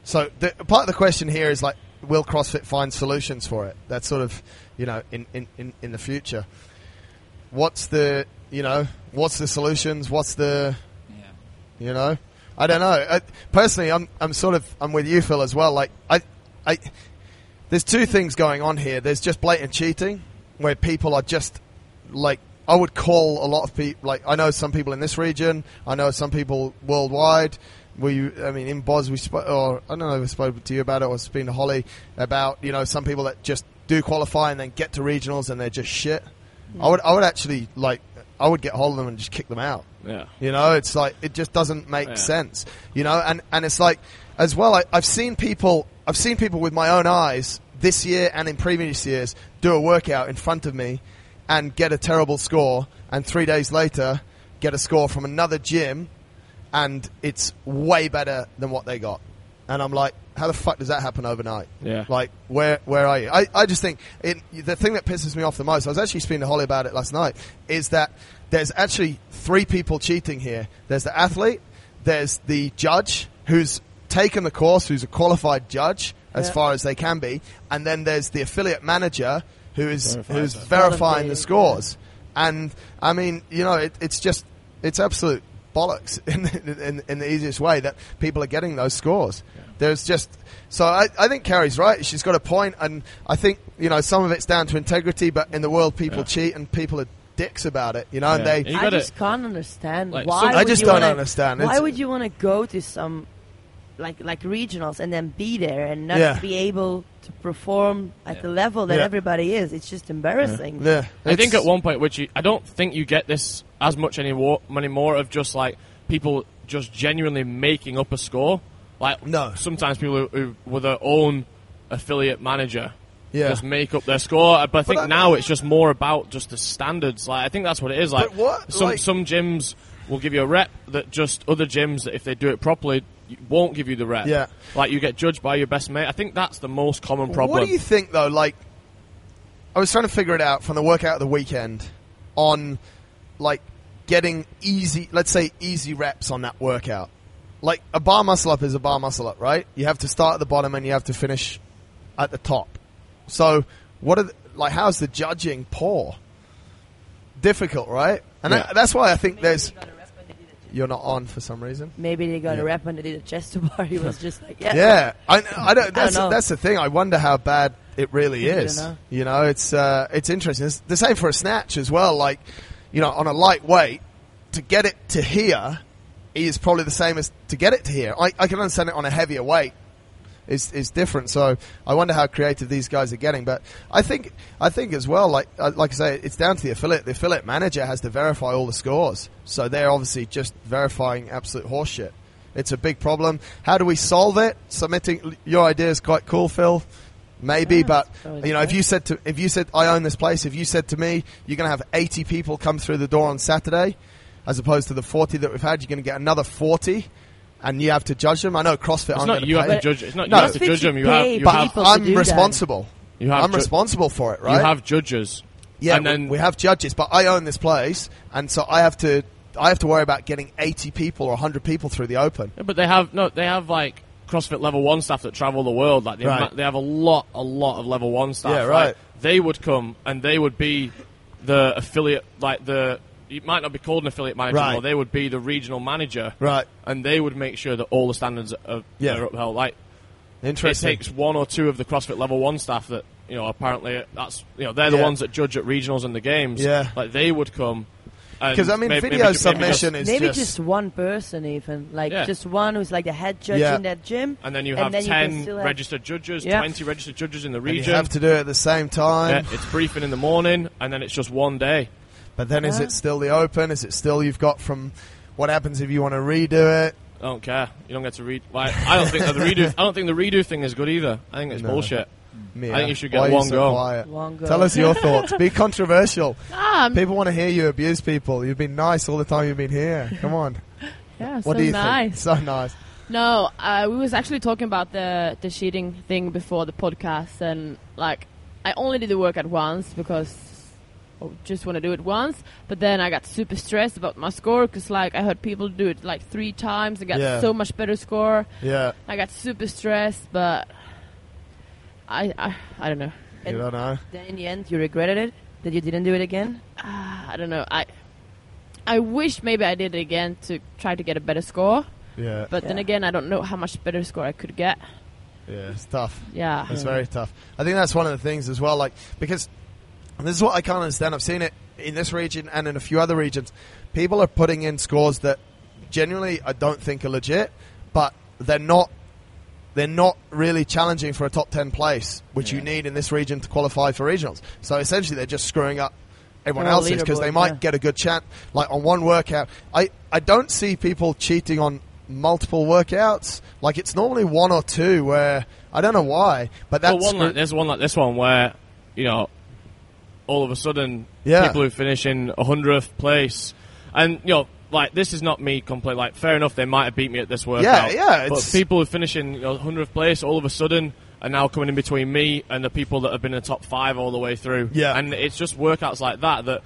Speaker 1: So the, part of the question here is like, will CrossFit find solutions for it? That's sort of, you know, in, in, in, in the future. What's the, you know, what's the solutions? What's the,
Speaker 3: Yeah.
Speaker 1: you know, I don't know. I, personally, I'm I'm sort of I'm with you, Phil, as well. Like I, I, there's two things going on here. There's just blatant cheating, where people are just like I would call a lot of people. Like I know some people in this region. I know some people worldwide. We, I mean, in Boz, we spoke, or I don't know if I spoke to you about it or speaking to Holly about, you know, some people that just do qualify and then get to regionals and they're just shit. I would, I would actually like, I would get hold of them and just kick them out.
Speaker 5: Yeah.
Speaker 1: You know, it's like it just doesn't make
Speaker 5: Yeah.
Speaker 1: sense. You know, and and it's like as well. I, I've seen people. I've seen people with my own eyes this year and in previous years do a workout in front of me and get a terrible score, and three days later get a score from another gym, and it's way better than what they got. And I'm like, how the fuck does that happen overnight?
Speaker 5: Yeah.
Speaker 1: Like, where where are you? I, I just think it, the thing that pisses me off the most, I was actually speaking to Holly about it last night, is that there's actually three people cheating here. There's the athlete, there's the judge who's taken the course, who's a qualified judge as
Speaker 2: Yeah.
Speaker 1: far as they can be, and then there's the affiliate manager who is who's
Speaker 5: that.
Speaker 1: verifying the
Speaker 2: Validating,
Speaker 1: scores. And I mean, you know, it, it's just it's absolute bollocks in, in, in the easiest way that people are getting those scores. There's just so I, I think Carrie's right. She's got a point, and I think you know some of it's down to integrity, but in the world, people
Speaker 5: Yeah.
Speaker 1: cheat and people are dicks about it. You know,
Speaker 5: Yeah.
Speaker 1: and they
Speaker 5: You
Speaker 2: I
Speaker 5: gotta-
Speaker 2: just can't understand
Speaker 5: Like,
Speaker 2: why.
Speaker 5: some-
Speaker 1: I
Speaker 2: would
Speaker 1: just
Speaker 2: you
Speaker 1: don't
Speaker 2: wanna-
Speaker 1: understand.
Speaker 2: Why
Speaker 1: It's-
Speaker 2: would you want to go to some like like regionals and then be there and not
Speaker 1: Yeah.
Speaker 2: be able to perform at
Speaker 3: Yeah.
Speaker 2: the level that
Speaker 1: Yeah.
Speaker 2: everybody is? It's just embarrassing.
Speaker 1: yeah,
Speaker 5: I think
Speaker 1: it's-
Speaker 5: at one point, which you, I don't think you get this as much anymore, anymore of just like people just genuinely making up a score. Like
Speaker 1: No.
Speaker 5: sometimes people who, who with their own affiliate manager
Speaker 1: Yeah.
Speaker 5: just make up their score. But I think
Speaker 1: I-
Speaker 5: now it's just more about just the standards. Like I think that's what it is. Like
Speaker 1: But what?
Speaker 5: some
Speaker 1: Like-
Speaker 5: some gyms will give you a rep that just other gyms that if they do it properly y- won't give you the rep.
Speaker 1: Yeah.
Speaker 5: like you get judged by your best mate. I think that's the most common problem.
Speaker 1: What do you think though? Like, I was trying to figure it out from the workout of the weekend on like getting easy, let's say easy reps on that workout. Like a bar muscle up is a bar muscle up, right? You have to start at the bottom and you have to finish at the top. So what are the, like how's the judging poor? Difficult, right? And
Speaker 5: Yeah.
Speaker 1: that, that's why I think there's
Speaker 2: Maybe they got a rep when they did a chest-
Speaker 1: you're not on for some reason.
Speaker 2: Maybe they got
Speaker 1: Yeah.
Speaker 2: a rep when they did a chest to bar. He was just like, yeah,
Speaker 1: yeah, I, I don't. That's
Speaker 2: know.
Speaker 1: that's the thing. I wonder how bad it really
Speaker 2: I don't
Speaker 1: is.
Speaker 2: know.
Speaker 1: You know, it's uh, it's interesting. It's the same for a snatch as well. Like, you know, on a lightweight, to get it to here is probably the same as to get it to here. I, I can understand it on a heavier weight is is different. So I wonder how creative these guys are getting. But I think I think as well, like uh, like I say, it's down to the affiliate. The affiliate manager has to verify all the scores, so they're obviously just verifying absolute horseshit. It's a big problem. How do we solve it? Submitting your idea is quite cool, Phil. Maybe,
Speaker 2: Yeah,
Speaker 1: but
Speaker 2: that's probably
Speaker 1: you know, if
Speaker 2: fair.
Speaker 1: you said to if you said I own this place, if you said to me you're going to have 80 people come through the door on Saturday, as opposed to the 40 that we've had, you're going to get another 40, and you have to judge them. I know CrossFit.
Speaker 5: It's
Speaker 1: I'm
Speaker 5: not
Speaker 1: gonna
Speaker 5: you have
Speaker 1: pay,
Speaker 5: to judge. It's not
Speaker 1: No.
Speaker 5: you have to
Speaker 2: That's
Speaker 5: judge
Speaker 2: what
Speaker 5: them.
Speaker 2: you
Speaker 5: You have
Speaker 2: pay
Speaker 5: you
Speaker 2: for
Speaker 5: have
Speaker 2: people
Speaker 1: but
Speaker 2: to
Speaker 1: I'm
Speaker 2: do that.
Speaker 1: responsible.
Speaker 5: you have
Speaker 1: I'm
Speaker 5: ju-
Speaker 1: responsible for it, right?
Speaker 5: You have judges.
Speaker 1: Yeah,
Speaker 5: and then
Speaker 1: we have judges, but I own this place, and so I have to I have to worry about getting 80 people or 100 people through the open.
Speaker 5: Yeah, but they have no. They have like CrossFit level one staff that travel the world. Like they,
Speaker 1: Right.
Speaker 5: ma- they have a lot, a lot of level one staff.
Speaker 1: Yeah,
Speaker 5: Like,
Speaker 1: right.
Speaker 5: they would come and they would be the affiliate, like the. It might not be called an affiliate manager,
Speaker 1: Right.
Speaker 5: or they would be the regional manager,
Speaker 1: Right.
Speaker 5: and they would make sure that all the standards are,
Speaker 1: Yeah.
Speaker 5: are upheld. Like it
Speaker 1: Interesting.
Speaker 5: takes one or two of the CrossFit level one staff that you know. Apparently, that's you know they're the
Speaker 1: Yeah.
Speaker 5: ones that judge at regionals and the games.
Speaker 1: Yeah.
Speaker 5: like they would come.
Speaker 1: Because I mean, video submission is
Speaker 2: Maybe
Speaker 1: just,
Speaker 2: just, one person, even like
Speaker 5: Yeah.
Speaker 2: just one who's like the head judge
Speaker 1: Yeah.
Speaker 2: in that gym.
Speaker 5: And then you
Speaker 2: And
Speaker 5: have
Speaker 2: then you can
Speaker 5: 10
Speaker 2: still have-
Speaker 5: registered judges,
Speaker 2: Yeah.
Speaker 5: 20 registered judges in the
Speaker 1: and you
Speaker 5: region.
Speaker 1: have to do it at the same
Speaker 5: Yeah,
Speaker 1: time.
Speaker 5: it's briefing in the morning, and then it's just one day.
Speaker 1: But then, is
Speaker 2: Yeah.
Speaker 1: it still the open? Is it still you've got from? What happens if you want to redo it?
Speaker 5: I don't care. You don't get to read. Like, I don't think that the redo. I don't think the redo thing is good either. I think it's
Speaker 1: No.
Speaker 5: bullshit.
Speaker 1: Mia,
Speaker 5: think you should
Speaker 1: why
Speaker 5: get
Speaker 1: are
Speaker 5: one
Speaker 1: so
Speaker 5: go.
Speaker 1: quiet?
Speaker 2: One
Speaker 1: Tell
Speaker 2: go.
Speaker 1: us your thoughts. Be controversial.
Speaker 4: Um,
Speaker 1: People want to hear you abuse people. You've been nice all the time you've been here. Come on.
Speaker 4: yeah,
Speaker 1: What
Speaker 4: so
Speaker 1: do you think?
Speaker 4: nice.
Speaker 1: So nice.
Speaker 4: No, uh, we was actually talking about the the cheating thing before the podcast, and like I only did the workout once because I just want to do it once. But then I got super stressed about my score because like I heard people do it like three times and got
Speaker 1: Yeah.
Speaker 4: so much better score.
Speaker 1: Yeah.
Speaker 4: I got super stressed, but I I, I don't know.
Speaker 1: You
Speaker 2: And-
Speaker 1: don't know.
Speaker 2: Then in the end, you regretted it that you didn't do it again.
Speaker 4: Ah, I don't know. I I wish maybe I did it again to try to get a better score.
Speaker 1: Yeah.
Speaker 4: But then
Speaker 2: Yeah.
Speaker 4: again, I don't know how much better score I could get.
Speaker 1: Yeah. It's tough.
Speaker 4: Yeah.
Speaker 1: It's very tough. I think that's one of the things as well. Like because this is what I can't understand. I've seen it in this region and in a few other regions. People are putting in scores that generally I don't think are legit, but they're not. They're not really challenging for a top ten place, which you
Speaker 3: Yeah.
Speaker 1: need in this region to qualify for regionals. So essentially, they're just screwing up everyone
Speaker 2: Their whole
Speaker 1: else's because they
Speaker 2: leaderboard,
Speaker 1: might
Speaker 2: yeah.
Speaker 1: get a good chance. Like on one workout, I I don't see people cheating on multiple workouts. Like it's normally one or two where I don't know why, but that's
Speaker 5: Well, one like, there's one like this one where, you know, all of a sudden,
Speaker 1: Yeah.
Speaker 5: people who finish in 100th place, and, you know, like, this is not me complaining. Like, fair enough, they might have beat me at this workout.
Speaker 1: yeah,
Speaker 5: But
Speaker 1: it's-
Speaker 5: people who finish in you know, 100th place all of a sudden are now coming in between me and the people that have been in the top five all the way through.
Speaker 1: Yeah.
Speaker 5: And it's just workouts like that that,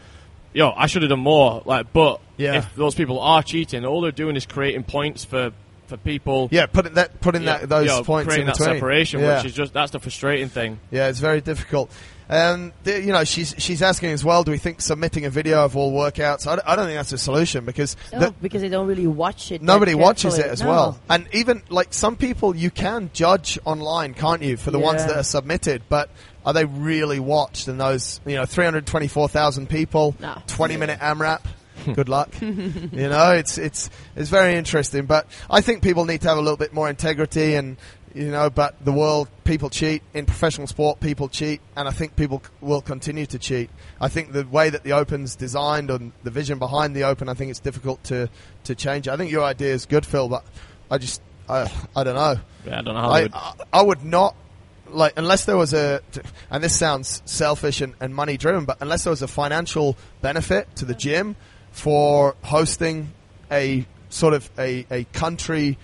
Speaker 5: yo, I should have done more. Like, but
Speaker 1: Yeah.
Speaker 5: if those people are cheating, all they're doing is creating points for, for people.
Speaker 1: yeah, putting that putting
Speaker 5: Yeah,
Speaker 1: that those
Speaker 5: you know,
Speaker 1: points in
Speaker 5: creating that
Speaker 1: between.
Speaker 5: separation,
Speaker 1: yeah.
Speaker 5: which is just that's the frustrating thing.
Speaker 1: yeah, it's very difficult. And the, you know, she's she's asking as well. Do we think submitting a video of all workouts? I, don't- I don't think that's a solution because
Speaker 2: No,
Speaker 1: the-
Speaker 2: because they don't really watch it. that
Speaker 1: nobody watches it
Speaker 2: carefully.
Speaker 1: as
Speaker 2: No.
Speaker 1: well. And even like some people, you can judge online, can't you, for the ones
Speaker 2: Yeah.
Speaker 1: that are submitted? But are they really watched? And those, you know, three hundred twenty-four thousand people,
Speaker 4: No.
Speaker 1: twenty-minute AMRAP. Good luck. you know, it's it's it's very interesting. But I think people need to have a little bit more integrity and. You know, but the world, people cheat. In professional sport, people cheat, and I think people c- will continue to cheat. I think the way that the Open's designed and the vision behind the Open, I think it's difficult to, to change. I think your idea is good, Phil, but I just, I, I don't know.
Speaker 5: Yeah, I don't know how they
Speaker 1: I,
Speaker 5: would.
Speaker 1: I, I would not like unless there was a and this sounds selfish and, and money driven but unless there was a financial benefit to the gym for hosting a sort of a, a country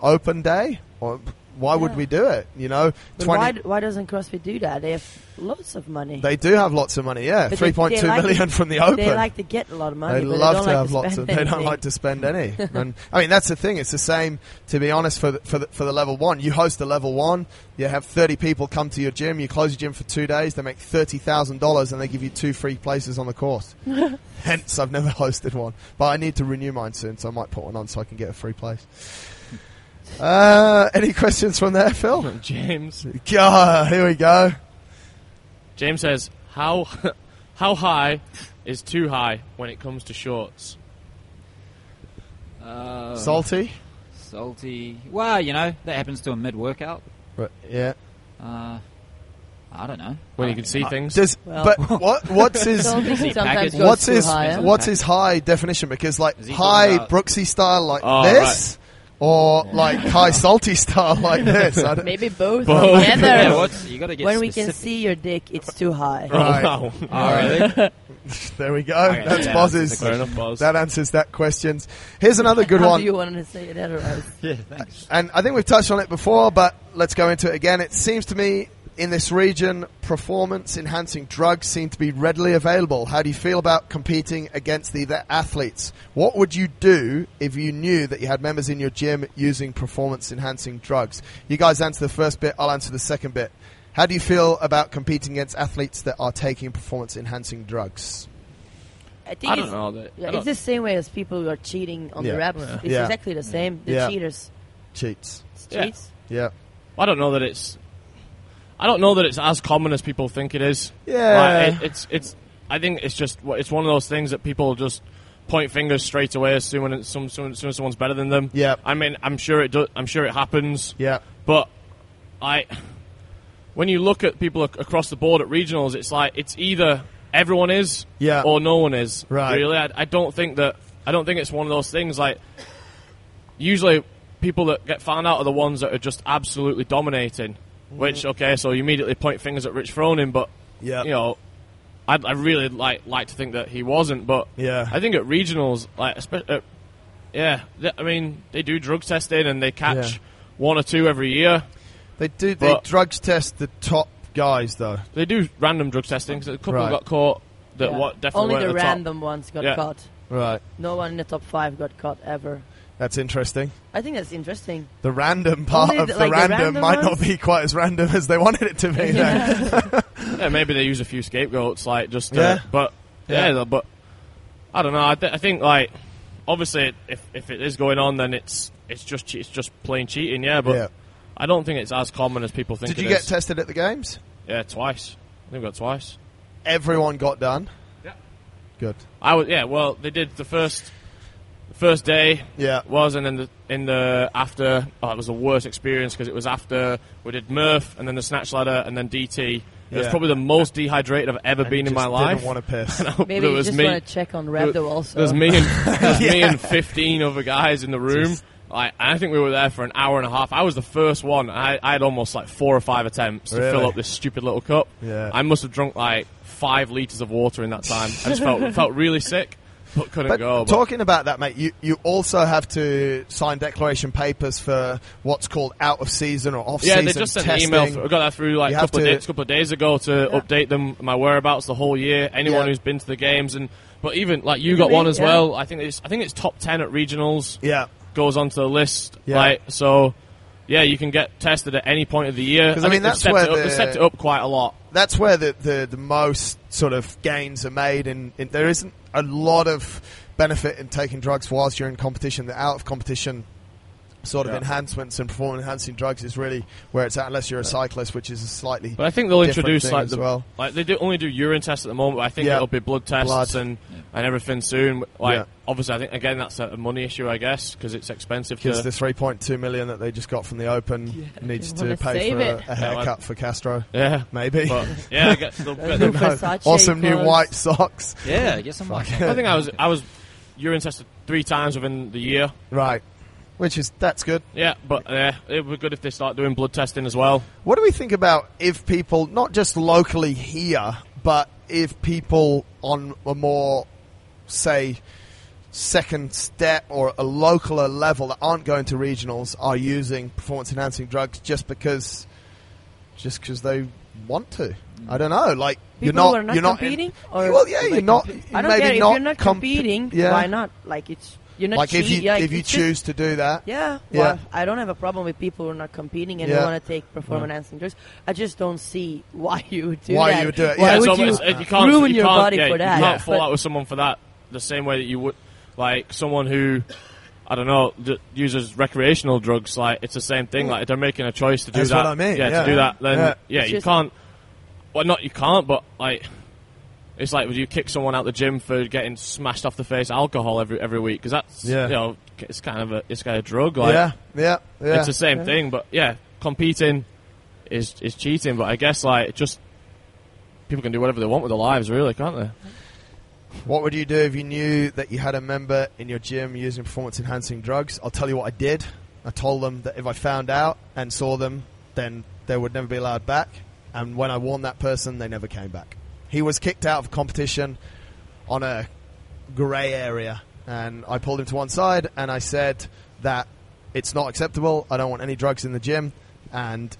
Speaker 1: open day or why would
Speaker 2: Yeah.
Speaker 1: we do it you know
Speaker 2: But why, why doesn't CrossFit do that? They have lots of money.
Speaker 1: they do have lots of money yeah
Speaker 2: But they-
Speaker 1: three point two
Speaker 2: they
Speaker 1: million
Speaker 2: like to-
Speaker 1: from the open
Speaker 2: They like to get a lot of money.
Speaker 1: they love
Speaker 2: but they don't
Speaker 1: to
Speaker 2: like
Speaker 1: have
Speaker 2: to
Speaker 1: lots of.
Speaker 2: spend
Speaker 1: They don't
Speaker 2: anything.
Speaker 1: like to spend any. and I mean, that's the thing. It's the same. To be honest, for the, for the, for the level one, you host a level one. You have thirty people come to your gym. You close your gym for two days. They make thirty thousand dollars, and they give you two free places on the course. Hence, I've never hosted one, but I need to renew mine soon, so I might put one on so I can get a free place. Uh, any questions from there, Phil?
Speaker 5: James.
Speaker 1: God, here we go.
Speaker 5: James says, "How how high is too high when it comes to shorts?"
Speaker 3: Uh,
Speaker 1: Salty.
Speaker 3: salty. Well, you know that happens to a mid-workout.
Speaker 1: Right, Yeah.
Speaker 3: Uh, I don't know.
Speaker 5: When
Speaker 3: I
Speaker 5: you can
Speaker 3: don't
Speaker 5: see
Speaker 3: know.
Speaker 5: things.
Speaker 1: Does
Speaker 2: Well-
Speaker 1: but what what's his
Speaker 4: Don't think it sometimes
Speaker 3: Package.
Speaker 4: goes
Speaker 1: what's
Speaker 4: too
Speaker 1: his
Speaker 4: high.
Speaker 3: yeah?
Speaker 1: what's his high definition? Because like
Speaker 3: Is he
Speaker 1: high
Speaker 3: talking about-
Speaker 1: Brooksy style like
Speaker 5: Oh,
Speaker 1: this or like high salty style like this. I don't-
Speaker 4: Maybe both.
Speaker 5: Both.
Speaker 4: Together.
Speaker 3: Yeah, what's, you got to get
Speaker 2: when we can
Speaker 3: specific.
Speaker 2: see your dick, it's too high.
Speaker 1: Right.
Speaker 5: Oh, wow.
Speaker 3: Oh, really?
Speaker 1: There we go.
Speaker 3: Okay,
Speaker 1: That's
Speaker 3: yeah,
Speaker 1: buzzes.
Speaker 5: Fair enough, Boz.
Speaker 1: That answers that question. Here's another good
Speaker 2: How
Speaker 1: one.
Speaker 2: do you want to say it otherwise?
Speaker 3: yeah, thanks.
Speaker 1: and I think we've touched on it before, but let's go into it again. It seems to me in this region, performance enhancing drugs seem to be readily available. How do you feel about competing against the, the athletes? What would you do if you knew that you had members in your gym using performance enhancing drugs? You guys answer the first bit, I'll answer the second bit. How do you feel about competing against athletes that are taking performance enhancing drugs?
Speaker 2: I think
Speaker 5: I
Speaker 2: it's,
Speaker 5: don't know. that- I
Speaker 2: Yeah,
Speaker 5: don't-
Speaker 2: it's the same way as people who are cheating on
Speaker 1: Yeah.
Speaker 2: the reps. It's
Speaker 1: Yeah.
Speaker 2: exactly the same. The
Speaker 1: Yeah.
Speaker 2: cheaters,
Speaker 1: Cheats.
Speaker 2: it's
Speaker 5: Yeah.
Speaker 2: cheats.
Speaker 1: Yeah.
Speaker 5: I don't know that it's. I don't know that it's as common as people think it is.
Speaker 1: Yeah.
Speaker 5: Like, it, it's it's. I think it's just wha- it's one of those things that people just point fingers straight away, assuming it's some, some, assuming someone's better than them.
Speaker 1: Yeah.
Speaker 5: I mean, I'm sure it. Do, I'm sure it happens.
Speaker 1: Yeah.
Speaker 5: But I, when you look at people ac- across the board at regionals, it's like it's either everyone is,
Speaker 1: Yeah.
Speaker 5: or no one is.
Speaker 1: Right.
Speaker 5: Really, I, I don't think that. I don't think it's one of those things. Like usually, people that get found out are the ones that are just absolutely dominating.
Speaker 1: Mm-hmm.
Speaker 5: Which okay, so you immediately point fingers at Rich Froning, but
Speaker 1: Yeah.
Speaker 5: you know, I, I really like like to think that he wasn't, but
Speaker 1: Yeah.
Speaker 5: I think at regionals, like espe- uh, yeah, th- I mean they do drug testing and they catch
Speaker 1: Yeah.
Speaker 5: one or two every year.
Speaker 1: They do. They
Speaker 5: But-
Speaker 1: drugs test the top guys, though.
Speaker 5: They do random drug testing. 'cause a couple
Speaker 1: Right.
Speaker 5: got caught that
Speaker 2: Yeah.
Speaker 5: what definitely
Speaker 2: Only
Speaker 5: weren't
Speaker 2: the
Speaker 5: at the
Speaker 2: random ones got
Speaker 5: Yeah.
Speaker 2: caught.
Speaker 1: Right.
Speaker 2: No one in the top five got caught ever.
Speaker 1: That's interesting.
Speaker 2: I think that's interesting.
Speaker 1: The random part
Speaker 2: Only
Speaker 1: of
Speaker 2: the-
Speaker 1: the,
Speaker 2: like the
Speaker 1: random,
Speaker 2: random
Speaker 1: might not
Speaker 2: ones?
Speaker 1: be quite as random as they wanted it to be. then.
Speaker 5: top. Yeah, maybe they use a few scapegoats, like just to,
Speaker 1: Yeah.
Speaker 5: but
Speaker 1: Yeah.
Speaker 5: yeah, though, but I don't know. I, th- I think like obviously if if it is going on, then it's it's just che- it's just plain cheating, yeah. But
Speaker 1: Yeah.
Speaker 5: I don't think it's as common as people think.
Speaker 1: Did
Speaker 5: it
Speaker 1: you get
Speaker 5: is.
Speaker 1: tested at the games?
Speaker 5: Yeah, twice. I think we got twice.
Speaker 1: Everyone got done.
Speaker 5: Yeah.
Speaker 1: Good.
Speaker 5: I was yeah. Well, they did the first, the first day
Speaker 1: Yeah.
Speaker 5: was, and then the, in the after oh, it was the worst experience because it was after we did Murph and then the snatch ladder and then DT. It was
Speaker 1: Yeah.
Speaker 5: probably the most dehydrated I've ever been in my life.
Speaker 1: Didn't want to piss.
Speaker 2: Maybe
Speaker 5: There
Speaker 2: you
Speaker 5: was
Speaker 2: just
Speaker 5: me-
Speaker 2: want to check on
Speaker 5: there-
Speaker 2: Revdo also.
Speaker 5: There's me and there's me and fifteen other guys in the room. Like, I think we were there for an hour and a half. I was the first one. I, I had almost like four or five attempts to
Speaker 1: Really?
Speaker 5: fill up this stupid little cup.
Speaker 1: Yeah.
Speaker 5: I must have drunk like five liters of water in that time. I just felt felt really sick, but couldn't
Speaker 1: But
Speaker 5: go. but-
Speaker 1: talking about that, mate, you, you also have to sign declaration papers for what's called out of season or off
Speaker 5: yeah,
Speaker 1: season
Speaker 5: they just sent an
Speaker 1: testing.
Speaker 5: email. For, I got that through like
Speaker 1: You
Speaker 5: a
Speaker 1: have
Speaker 5: couple, of
Speaker 1: to-
Speaker 5: days, couple of days ago to update them my whereabouts the whole year. Anyone
Speaker 1: Yeah.
Speaker 5: who's been to the games and but even like you got
Speaker 2: Really?
Speaker 5: one as
Speaker 2: Yeah.
Speaker 5: well. I think it's I think it's top ten at regionals.
Speaker 1: yeah.
Speaker 5: goes onto the list.
Speaker 1: Yeah.
Speaker 5: Like so, yeah, you can get tested at any point of the year.
Speaker 1: 'Cause, I mean,
Speaker 5: think they've
Speaker 1: that's
Speaker 5: stepped
Speaker 1: where
Speaker 5: it up,
Speaker 1: the-
Speaker 5: they've stepped it up quite a lot.
Speaker 1: that's where the, the, the most sort of gains are made, and, and there isn't a lot of benefit in taking drugs whilst you're in competition. The out of competition sort of
Speaker 5: Yeah.
Speaker 1: enhancements and performance enhancing drugs is really where it's at, unless you're a cyclist, which is a slightly
Speaker 5: But I think they'll
Speaker 1: different
Speaker 5: introduce
Speaker 1: thing
Speaker 5: like
Speaker 1: as
Speaker 5: the
Speaker 1: well.
Speaker 5: like they do only do urine tests at the moment. But I think
Speaker 1: Yeah.
Speaker 5: it'll be blood tests
Speaker 1: Blood.
Speaker 5: and and everything soon. Like
Speaker 1: Yeah.
Speaker 5: obviously, I think again that's a money issue, I guess, because it's expensive.
Speaker 1: because
Speaker 5: to,
Speaker 1: the 3.2 million that they just got from the Open needs
Speaker 4: wanna
Speaker 1: to pay
Speaker 4: save
Speaker 1: for a,
Speaker 4: it.
Speaker 1: a
Speaker 5: Yeah,
Speaker 1: haircut
Speaker 5: well-
Speaker 1: for Castro,
Speaker 5: yeah,
Speaker 1: maybe.
Speaker 5: but yeah, I guess they'll get
Speaker 2: New
Speaker 5: them.
Speaker 2: Versace
Speaker 1: awesome new
Speaker 2: clothes.
Speaker 1: white socks,
Speaker 3: Yeah, get some like
Speaker 5: I think I was I was urine tested three times within the year.
Speaker 1: right? Which is that's good.
Speaker 5: Yeah, but uh, it would be good if they start doing blood testing as well.
Speaker 1: What do we think about if people, not just locally here, but if people on a more, say, second step or a localer level that aren't going to regionals are using performance enhancing drugs just because, just because they want to? I don't know. Like you're
Speaker 2: People
Speaker 1: not,
Speaker 2: who are not
Speaker 1: you're not in-
Speaker 2: competing, or
Speaker 1: well, yeah,
Speaker 2: they
Speaker 1: you're not.
Speaker 2: compete? I don't
Speaker 1: maybe
Speaker 2: care if
Speaker 1: not
Speaker 2: you're not
Speaker 1: comp-
Speaker 2: competing.
Speaker 1: yeah.
Speaker 2: Why not? Like it's you're not
Speaker 1: Like if
Speaker 2: cheating,
Speaker 1: you
Speaker 2: like,
Speaker 1: if you
Speaker 2: it's just-
Speaker 1: choose to do that,
Speaker 2: Yeah,
Speaker 1: Yeah.
Speaker 2: well, I don't have a problem with people who are not competing and
Speaker 1: Yeah.
Speaker 2: who want to take performance enhancing drugs. I just don't see why you would do
Speaker 1: Why
Speaker 2: that.
Speaker 1: you would do it,
Speaker 2: Why
Speaker 1: yeah.
Speaker 5: it's
Speaker 2: would
Speaker 5: almost-
Speaker 2: you
Speaker 5: uh, can't,
Speaker 2: ruin
Speaker 5: you
Speaker 2: your
Speaker 5: can't-
Speaker 2: body
Speaker 5: yeah,
Speaker 2: for that?
Speaker 5: You can't fall
Speaker 2: But-
Speaker 5: out with someone for that the same way that you would, like someone who, I don't know, d- uses recreational drugs. Like it's the same thing. Like they're making a choice to do
Speaker 1: That's
Speaker 5: that.
Speaker 1: what I mean,
Speaker 5: Yeah,
Speaker 1: yeah.
Speaker 5: to do that. Then
Speaker 1: Yeah.
Speaker 5: yeah,
Speaker 2: It's
Speaker 5: you
Speaker 2: just-
Speaker 5: can't. Well, not you can't, but like. It's like would you kick someone out the gym for getting smashed off the face alcohol every every week because that's
Speaker 1: Yeah.
Speaker 5: you know it's kind of a it's kind of drug like
Speaker 1: yeah, yeah, yeah.
Speaker 5: it's the same thing, but yeah, competing is is cheating. But I guess like it just people can do whatever they want with their lives, really, can't they?
Speaker 1: What would you do if you knew that you had a member in your gym using performance enhancing drugs? I'll tell you what I did. I told them that if I found out and saw them, then they would never be allowed back. And when I warned that person, they never came back. He was kicked out of competition on a grey area. And I pulled him to one side and I said that it's not acceptable. I don't want any drugs in the gym. And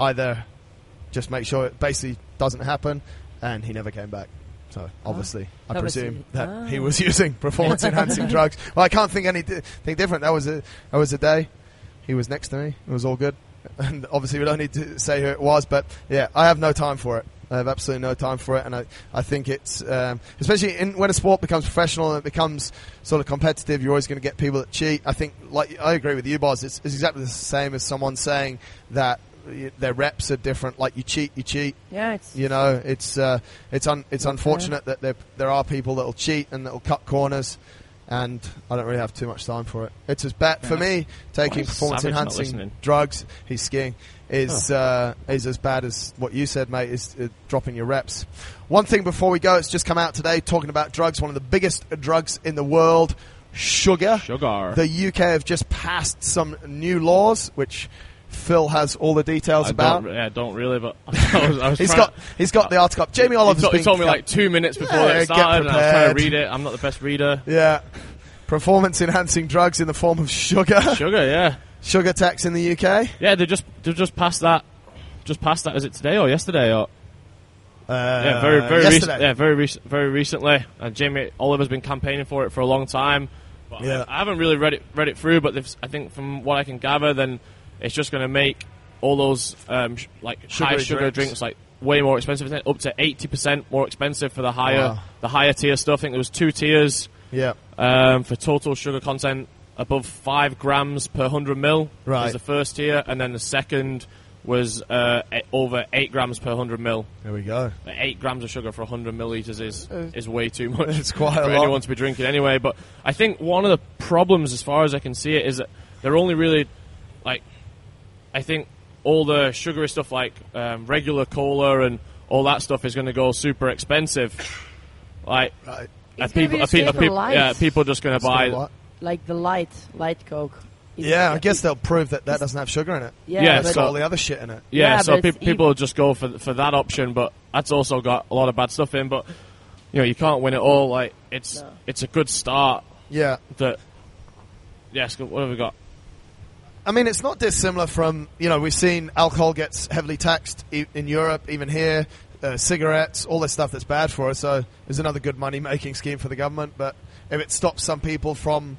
Speaker 1: either just make sure it basically doesn't happen. And he never came back. So obviously, I
Speaker 2: Obviously.
Speaker 1: presume that
Speaker 2: Ah.
Speaker 1: he was using performance enhancing drugs. Well, I can't think anything different. That was a that was a day. He was next to me. It was all good. And obviously, we don't need to say who it was, but yeah, I have no time for it. I have absolutely no time for it, and I, I think it's um, especially in, when a sport becomes professional and it becomes sort of competitive. You're always going to get people that cheat. I think, like I agree with you, Boz. It's, it's exactly the same as someone saying that uh, their reps are different. Like you cheat, you cheat.
Speaker 2: Yeah, it's
Speaker 1: You know, it's uh, it's un- it's unfortunate that there there are people that'll cheat and that'll cut corners, and I don't really have too much time for it. It's as bad for me taking
Speaker 5: Why is
Speaker 1: performance
Speaker 5: Savage not
Speaker 1: enhancing
Speaker 5: listening?
Speaker 1: drugs. He's skiing is uh, is as bad as what you said, mate. Is uh, dropping your reps. One thing before we go, it's just come out today talking about drugs. One of the biggest drugs in the world, sugar.
Speaker 5: Sugar.
Speaker 1: The UK have just passed some new laws, which Phil has all the details
Speaker 5: I
Speaker 1: about.
Speaker 5: don't, re- yeah, I don't really, but I was, I was
Speaker 1: He's
Speaker 5: trying-
Speaker 1: got he's got the article up. Jamie
Speaker 5: He
Speaker 1: Oliver's
Speaker 5: told- he
Speaker 1: been-
Speaker 5: told me like two minutes before
Speaker 1: Yeah,
Speaker 5: it
Speaker 1: get
Speaker 5: started, and I was trying
Speaker 1: prepared.
Speaker 5: to read it. I'm not the best reader.
Speaker 1: yeah, performance enhancing drugs in the form of sugar.
Speaker 5: Sugar, yeah,
Speaker 1: sugar tax in the UK.
Speaker 5: yeah. They just they just passed that, just passed that. Is it today or yesterday or
Speaker 1: Uh,
Speaker 5: yeah, very very recent.
Speaker 1: yesterday.
Speaker 5: Yeah, very rec- very recently. And Jamie Oliver's been campaigning for it for a long time. But I-
Speaker 1: Yeah.
Speaker 5: I, haven't really read it read it through, but they've s- I think from what I can gather, then it's just going to make all those um, sh- like high
Speaker 1: Sugary
Speaker 5: sugar
Speaker 1: drinks.
Speaker 5: drinks. like way more expensive, isn't it? up to eighty percent more expensive for the higher
Speaker 1: Wow.
Speaker 5: the higher tier stuff. I think there was two tiers
Speaker 1: Yeah.
Speaker 5: um, for total sugar content above five grams per hundred mil.
Speaker 1: Right.
Speaker 5: is the first tier, and then the second was uh, e- over eight grams per hundred mil.
Speaker 1: There we go.
Speaker 5: Like, eight grams of sugar for 100 milliliters is
Speaker 2: Uh.
Speaker 5: is way too much.
Speaker 1: it's quite a
Speaker 5: for
Speaker 1: lot.
Speaker 5: anyone to be drinking anyway. But I think one of the problems, as far as I can see it, is that they're only really like I think all the sugary stuff like um, regular cola and all that stuff is going to go super expensive. Like
Speaker 1: Right.
Speaker 5: are
Speaker 2: It's gonna
Speaker 5: people,
Speaker 2: be
Speaker 5: are
Speaker 2: the
Speaker 5: pe-
Speaker 2: same
Speaker 5: are
Speaker 2: for
Speaker 5: people-
Speaker 2: life.
Speaker 5: yeah, people just going to buy.
Speaker 1: What?
Speaker 2: like the light, light Coke. Is-
Speaker 1: Yeah, I guess they'll prove that that doesn't have sugar in it.
Speaker 2: Yeah,
Speaker 5: Yeah,
Speaker 2: but
Speaker 1: it's
Speaker 5: so-
Speaker 1: got all the other shit in it.
Speaker 5: Yeah,
Speaker 2: Yeah,
Speaker 5: so
Speaker 2: but
Speaker 5: pe-
Speaker 2: it's ev-
Speaker 5: people just go for for that option, but that's also got a lot of bad stuff in. But you know, you can't win it all. Like it's
Speaker 2: No.
Speaker 5: it's a good start.
Speaker 1: Yeah.
Speaker 5: that yes, what have we got?
Speaker 1: I mean, it's not dissimilar from you know we've seen alcohol gets heavily taxed e- in Europe, even here, uh, cigarettes, all this stuff that's bad for us. So there's another good money making scheme for the government. But if it stops some people from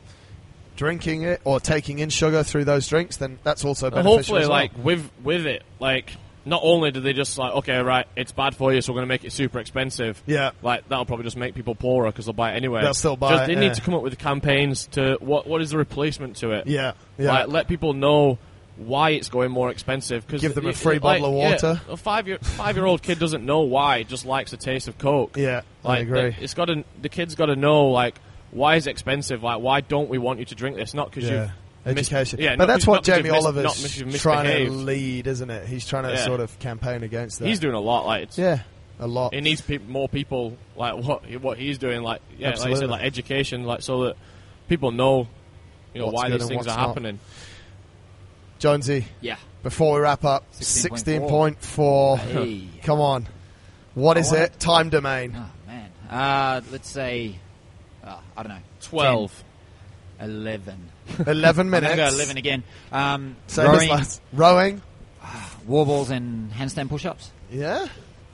Speaker 1: drinking it or taking in sugar through those drinks, then that's also
Speaker 5: And
Speaker 1: beneficial.
Speaker 5: hopefully,
Speaker 1: as well.
Speaker 5: like with with it, like not only do they just like okay, right, it's bad for you, so we're going to make it super expensive.
Speaker 1: Yeah.
Speaker 5: like that'll probably just make people poorer because they'll buy it anyway.
Speaker 1: They'll still buy
Speaker 5: Just-
Speaker 1: it,
Speaker 5: They
Speaker 1: yeah.
Speaker 5: need to come up with campaigns to what what is the replacement to it?
Speaker 1: yeah, yeah,
Speaker 5: Like, let people know why it's going more expensive. Cause
Speaker 1: Give them a
Speaker 5: it-
Speaker 1: free
Speaker 5: it-
Speaker 1: bottle of
Speaker 5: like, yeah,
Speaker 1: water.
Speaker 5: a five year five year old kid doesn't know why. Just likes the taste of Coke.
Speaker 1: yeah.
Speaker 5: Like,
Speaker 1: I agree.
Speaker 5: The, it's got to the kid's got to know like why is it expensive? Like wy don't we want you to drink this? Not because
Speaker 1: Yeah.
Speaker 5: you've mis-
Speaker 1: Education,
Speaker 5: yeah,
Speaker 1: but
Speaker 5: not
Speaker 1: that's
Speaker 5: 'cause-
Speaker 1: what
Speaker 5: not 'cause
Speaker 1: Jamie
Speaker 5: you've mis- not 'cause
Speaker 1: Oliver's
Speaker 5: you've
Speaker 1: trying to
Speaker 5: misbehaved.
Speaker 1: lead, isn't it? He's trying to
Speaker 5: Yeah.
Speaker 1: sort of campaign against that.
Speaker 5: he's doing a lot. Like it's,
Speaker 1: yeah, a lot.
Speaker 5: it needs peop more people like what what he's doing. Like yeah, like you
Speaker 1: Absolutely.
Speaker 5: said, like education, like so that people know you know
Speaker 1: What's
Speaker 5: why
Speaker 1: good
Speaker 5: these
Speaker 1: and
Speaker 5: things
Speaker 1: what's
Speaker 5: are
Speaker 1: not.
Speaker 5: happening.
Speaker 1: Jonesy,
Speaker 3: Yeah.
Speaker 1: before we wrap up, 16.4.
Speaker 3: 16.4. Hey.
Speaker 1: Come on. What is
Speaker 3: I want
Speaker 1: it? Time domain.
Speaker 3: Oh man. Uh, let's say, uh, I don't know.
Speaker 5: 12.
Speaker 3: 10, 11.
Speaker 1: 11
Speaker 3: I'm
Speaker 1: minutes.
Speaker 3: gonna go 11 again. Um,
Speaker 1: Same as
Speaker 3: rowing,
Speaker 1: last. Rowing.
Speaker 3: war balls, and handstand push-ups.
Speaker 1: Yeah.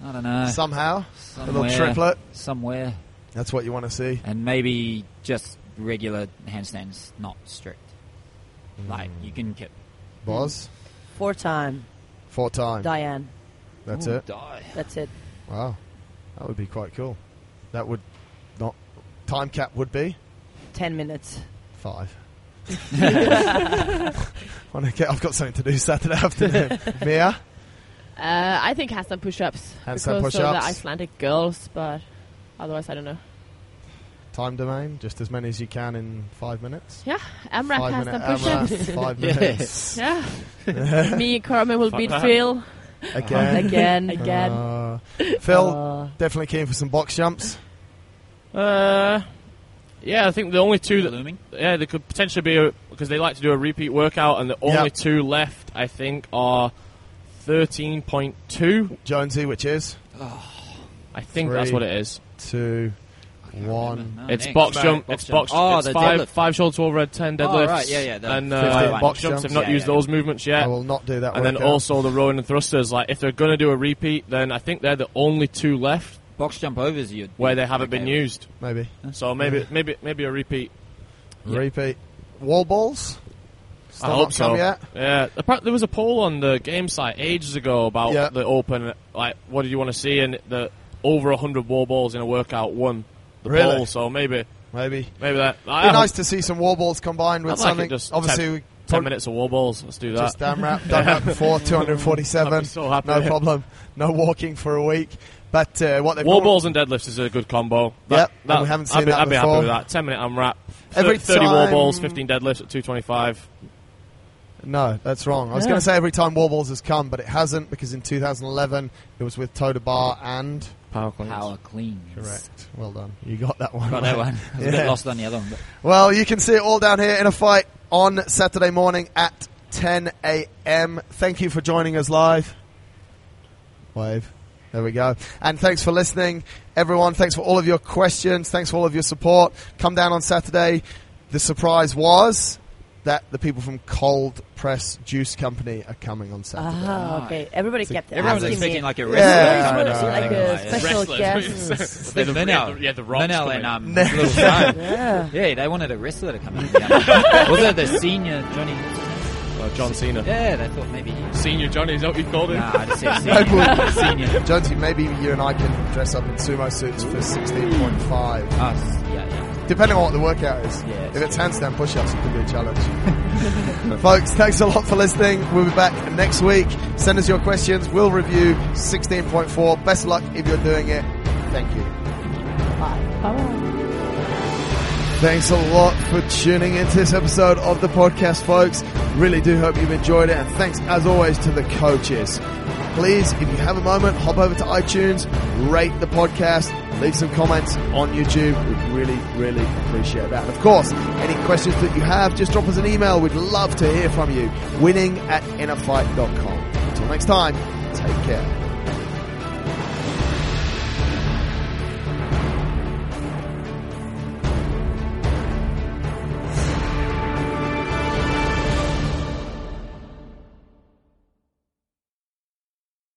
Speaker 3: I don't know.
Speaker 1: Somehow.
Speaker 3: Uh, somewhere,
Speaker 1: A little triplet.
Speaker 3: somewhere,
Speaker 1: That's what you want to see.
Speaker 3: and maybe just regular handstands, not strict. Like you can get
Speaker 1: Boz.
Speaker 2: Four time,
Speaker 1: Four time.
Speaker 2: Diane.
Speaker 1: That's
Speaker 3: Ooh,
Speaker 1: it.
Speaker 3: Die.
Speaker 2: That's it.
Speaker 1: Wow. That would be quite cool. That would not. Time cap would be
Speaker 2: Ten minutes.
Speaker 1: five. Wanna get- I've got something to do Saturday afternoon. Mia?
Speaker 4: Uh, I think handstand push-ups
Speaker 1: Handstand
Speaker 4: because of the
Speaker 1: push-ups.
Speaker 4: Icelandic girls, but otherwise I don't know.
Speaker 1: Time domain. Just as many as you can in five minutes.
Speaker 4: Yeah, AMRAP
Speaker 1: five
Speaker 4: handstand
Speaker 1: minute
Speaker 4: push-ups.
Speaker 1: AMRAP, Five
Speaker 3: Yes.
Speaker 1: minutes.
Speaker 4: Yeah, me and Carmen will
Speaker 5: Fuck
Speaker 4: beat
Speaker 5: that.
Speaker 4: Phil
Speaker 5: Uh-huh.
Speaker 1: Again.
Speaker 4: again, again.
Speaker 1: Uh, Phil,
Speaker 4: Uh,
Speaker 1: definitely keen for some box jumps.
Speaker 5: Uh, Yeah, I think the only two that
Speaker 3: Looming.
Speaker 5: yeah they could potentially be a- because they like to do a repeat workout, and the only
Speaker 1: Yep.
Speaker 5: two left I think are thirteen point two.
Speaker 1: Jonesy, which is
Speaker 5: I think that's
Speaker 1: Three.
Speaker 5: what it is.
Speaker 1: two, one.
Speaker 3: No,
Speaker 5: It's
Speaker 3: next.
Speaker 5: box
Speaker 3: Sorry,
Speaker 5: jump. It's box.
Speaker 3: Oh,
Speaker 5: it's
Speaker 3: the
Speaker 5: five
Speaker 3: deadlift.
Speaker 5: five shoulders to overhead ten deadlifts.
Speaker 3: Oh, right, yeah, yeah, the
Speaker 5: And
Speaker 3: 15
Speaker 5: uh, box
Speaker 1: box
Speaker 5: jumps. I've
Speaker 1: jumps,
Speaker 5: not
Speaker 3: yeah,
Speaker 5: used
Speaker 3: yeah.
Speaker 5: those movements
Speaker 1: I
Speaker 5: yet.
Speaker 1: will not do that.
Speaker 5: And then
Speaker 1: Oh, workout.
Speaker 5: also the rowing and thrusters. Like if they're gonna do a repeat, then I think they're the only two left
Speaker 3: Box jump overs. You
Speaker 5: where they haven't been used.
Speaker 1: maybe
Speaker 5: So maybe maybe maybe a repeat.
Speaker 3: Yeah.
Speaker 1: repeat wall balls. Still
Speaker 5: I hope
Speaker 1: not come
Speaker 5: so.
Speaker 1: yet.
Speaker 5: Yeah, apparently there was a poll on the game site ages ago about
Speaker 1: Yeah.
Speaker 5: the open. Like, what did you want to see? And the over hundred wall balls in a workout won the
Speaker 1: Really?
Speaker 5: poll. So maybe,
Speaker 1: Maybe
Speaker 5: maybe that. I
Speaker 1: be
Speaker 5: hope-
Speaker 1: nice to see some wall balls combined with
Speaker 5: I'd like it
Speaker 1: something.
Speaker 5: just
Speaker 1: Obviously,
Speaker 5: ten-
Speaker 1: we
Speaker 5: Ten minutes of wall balls. Let's do that.
Speaker 1: Just damn rap, done that before. Two hundred
Speaker 5: I'd
Speaker 1: forty-seven.
Speaker 5: be so happy.
Speaker 1: No problem. No walking for a week. But uh, what they've
Speaker 5: Wall
Speaker 1: gone-
Speaker 5: balls and deadlifts is a good combo. That,
Speaker 1: Yep, and
Speaker 5: that,
Speaker 1: we haven't
Speaker 5: I'd
Speaker 1: seen
Speaker 5: be,
Speaker 1: that
Speaker 5: I'd be happy
Speaker 1: before.
Speaker 5: with that. Ten minute AMRAP. Thir-
Speaker 1: Every
Speaker 5: thirty wall balls,
Speaker 1: time-
Speaker 5: fifteen deadlifts at two twenty five.
Speaker 1: No, that's wrong. I was
Speaker 4: Yeah.
Speaker 1: going to say every time wall balls has come, but it hasn't because in 2011 it was with Toda Bar and
Speaker 5: Power
Speaker 3: Power clean.
Speaker 1: correct. Well done. You got that one.
Speaker 3: Got
Speaker 1: right.
Speaker 3: that one. I was a
Speaker 1: Yeah.
Speaker 3: bit lost on the other one. But
Speaker 1: Well, you can see it all down here in a fight on Saturday morning at 10 a.m. Thank you for joining us live. Wave. There we go. And thanks for listening, everyone. Thanks for all of your questions. Thanks for all of your support. Come down on Saturday. The surprise was that the people from Cold Press Juice Company are coming on Saturday.
Speaker 2: Ah, okay. Everybody kept
Speaker 3: everyone's
Speaker 2: asking me.
Speaker 3: expecting like a
Speaker 1: Yeah,
Speaker 3: wrestler.
Speaker 1: I
Speaker 3: or
Speaker 1: know,
Speaker 3: something
Speaker 1: I
Speaker 3: like
Speaker 2: like
Speaker 1: know.
Speaker 3: that.
Speaker 2: a special guest.
Speaker 5: But
Speaker 3: But
Speaker 5: the-
Speaker 3: Linnell,
Speaker 5: yeah, the Rob's
Speaker 3: Linnell
Speaker 5: coming.
Speaker 3: and um, Little Simon.
Speaker 2: yeah.
Speaker 3: Yeah, they wanted a wrestler to come in. Was it the senior Johnny?
Speaker 5: Uh, John Cena.
Speaker 3: Yeah, they thought maybe. he-
Speaker 5: Senior Johnny is that what you called him?
Speaker 3: Nah, I just said
Speaker 1: Local.
Speaker 3: senior. senior.
Speaker 1: Jonesy, maybe you and I can dress up in sumo suits for 16.5.
Speaker 3: Us. Yeah, yeah.
Speaker 1: Depending on what the workout is.
Speaker 3: Yeah,
Speaker 1: if it's handstand push ups, it could be a challenge. Folks, thanks a lot for listening. We'll be back next week. Send us your questions. We'll review 16.4. Best luck if you're doing it. Thank you.
Speaker 4: Bye.
Speaker 1: Thanks a lot for tuning into this episode of the podcast, folks. Really do hope you've enjoyed it. And thanks, as always, to the coaches. Please, if you have a moment, hop over to iTunes, rate the podcast, leave some comments on YouTube. We'd really, really appreciate that. And of course, any questions that you have, just drop us an email. We'd love to hear from you. Winning at innerfight.com. Until next time, take care.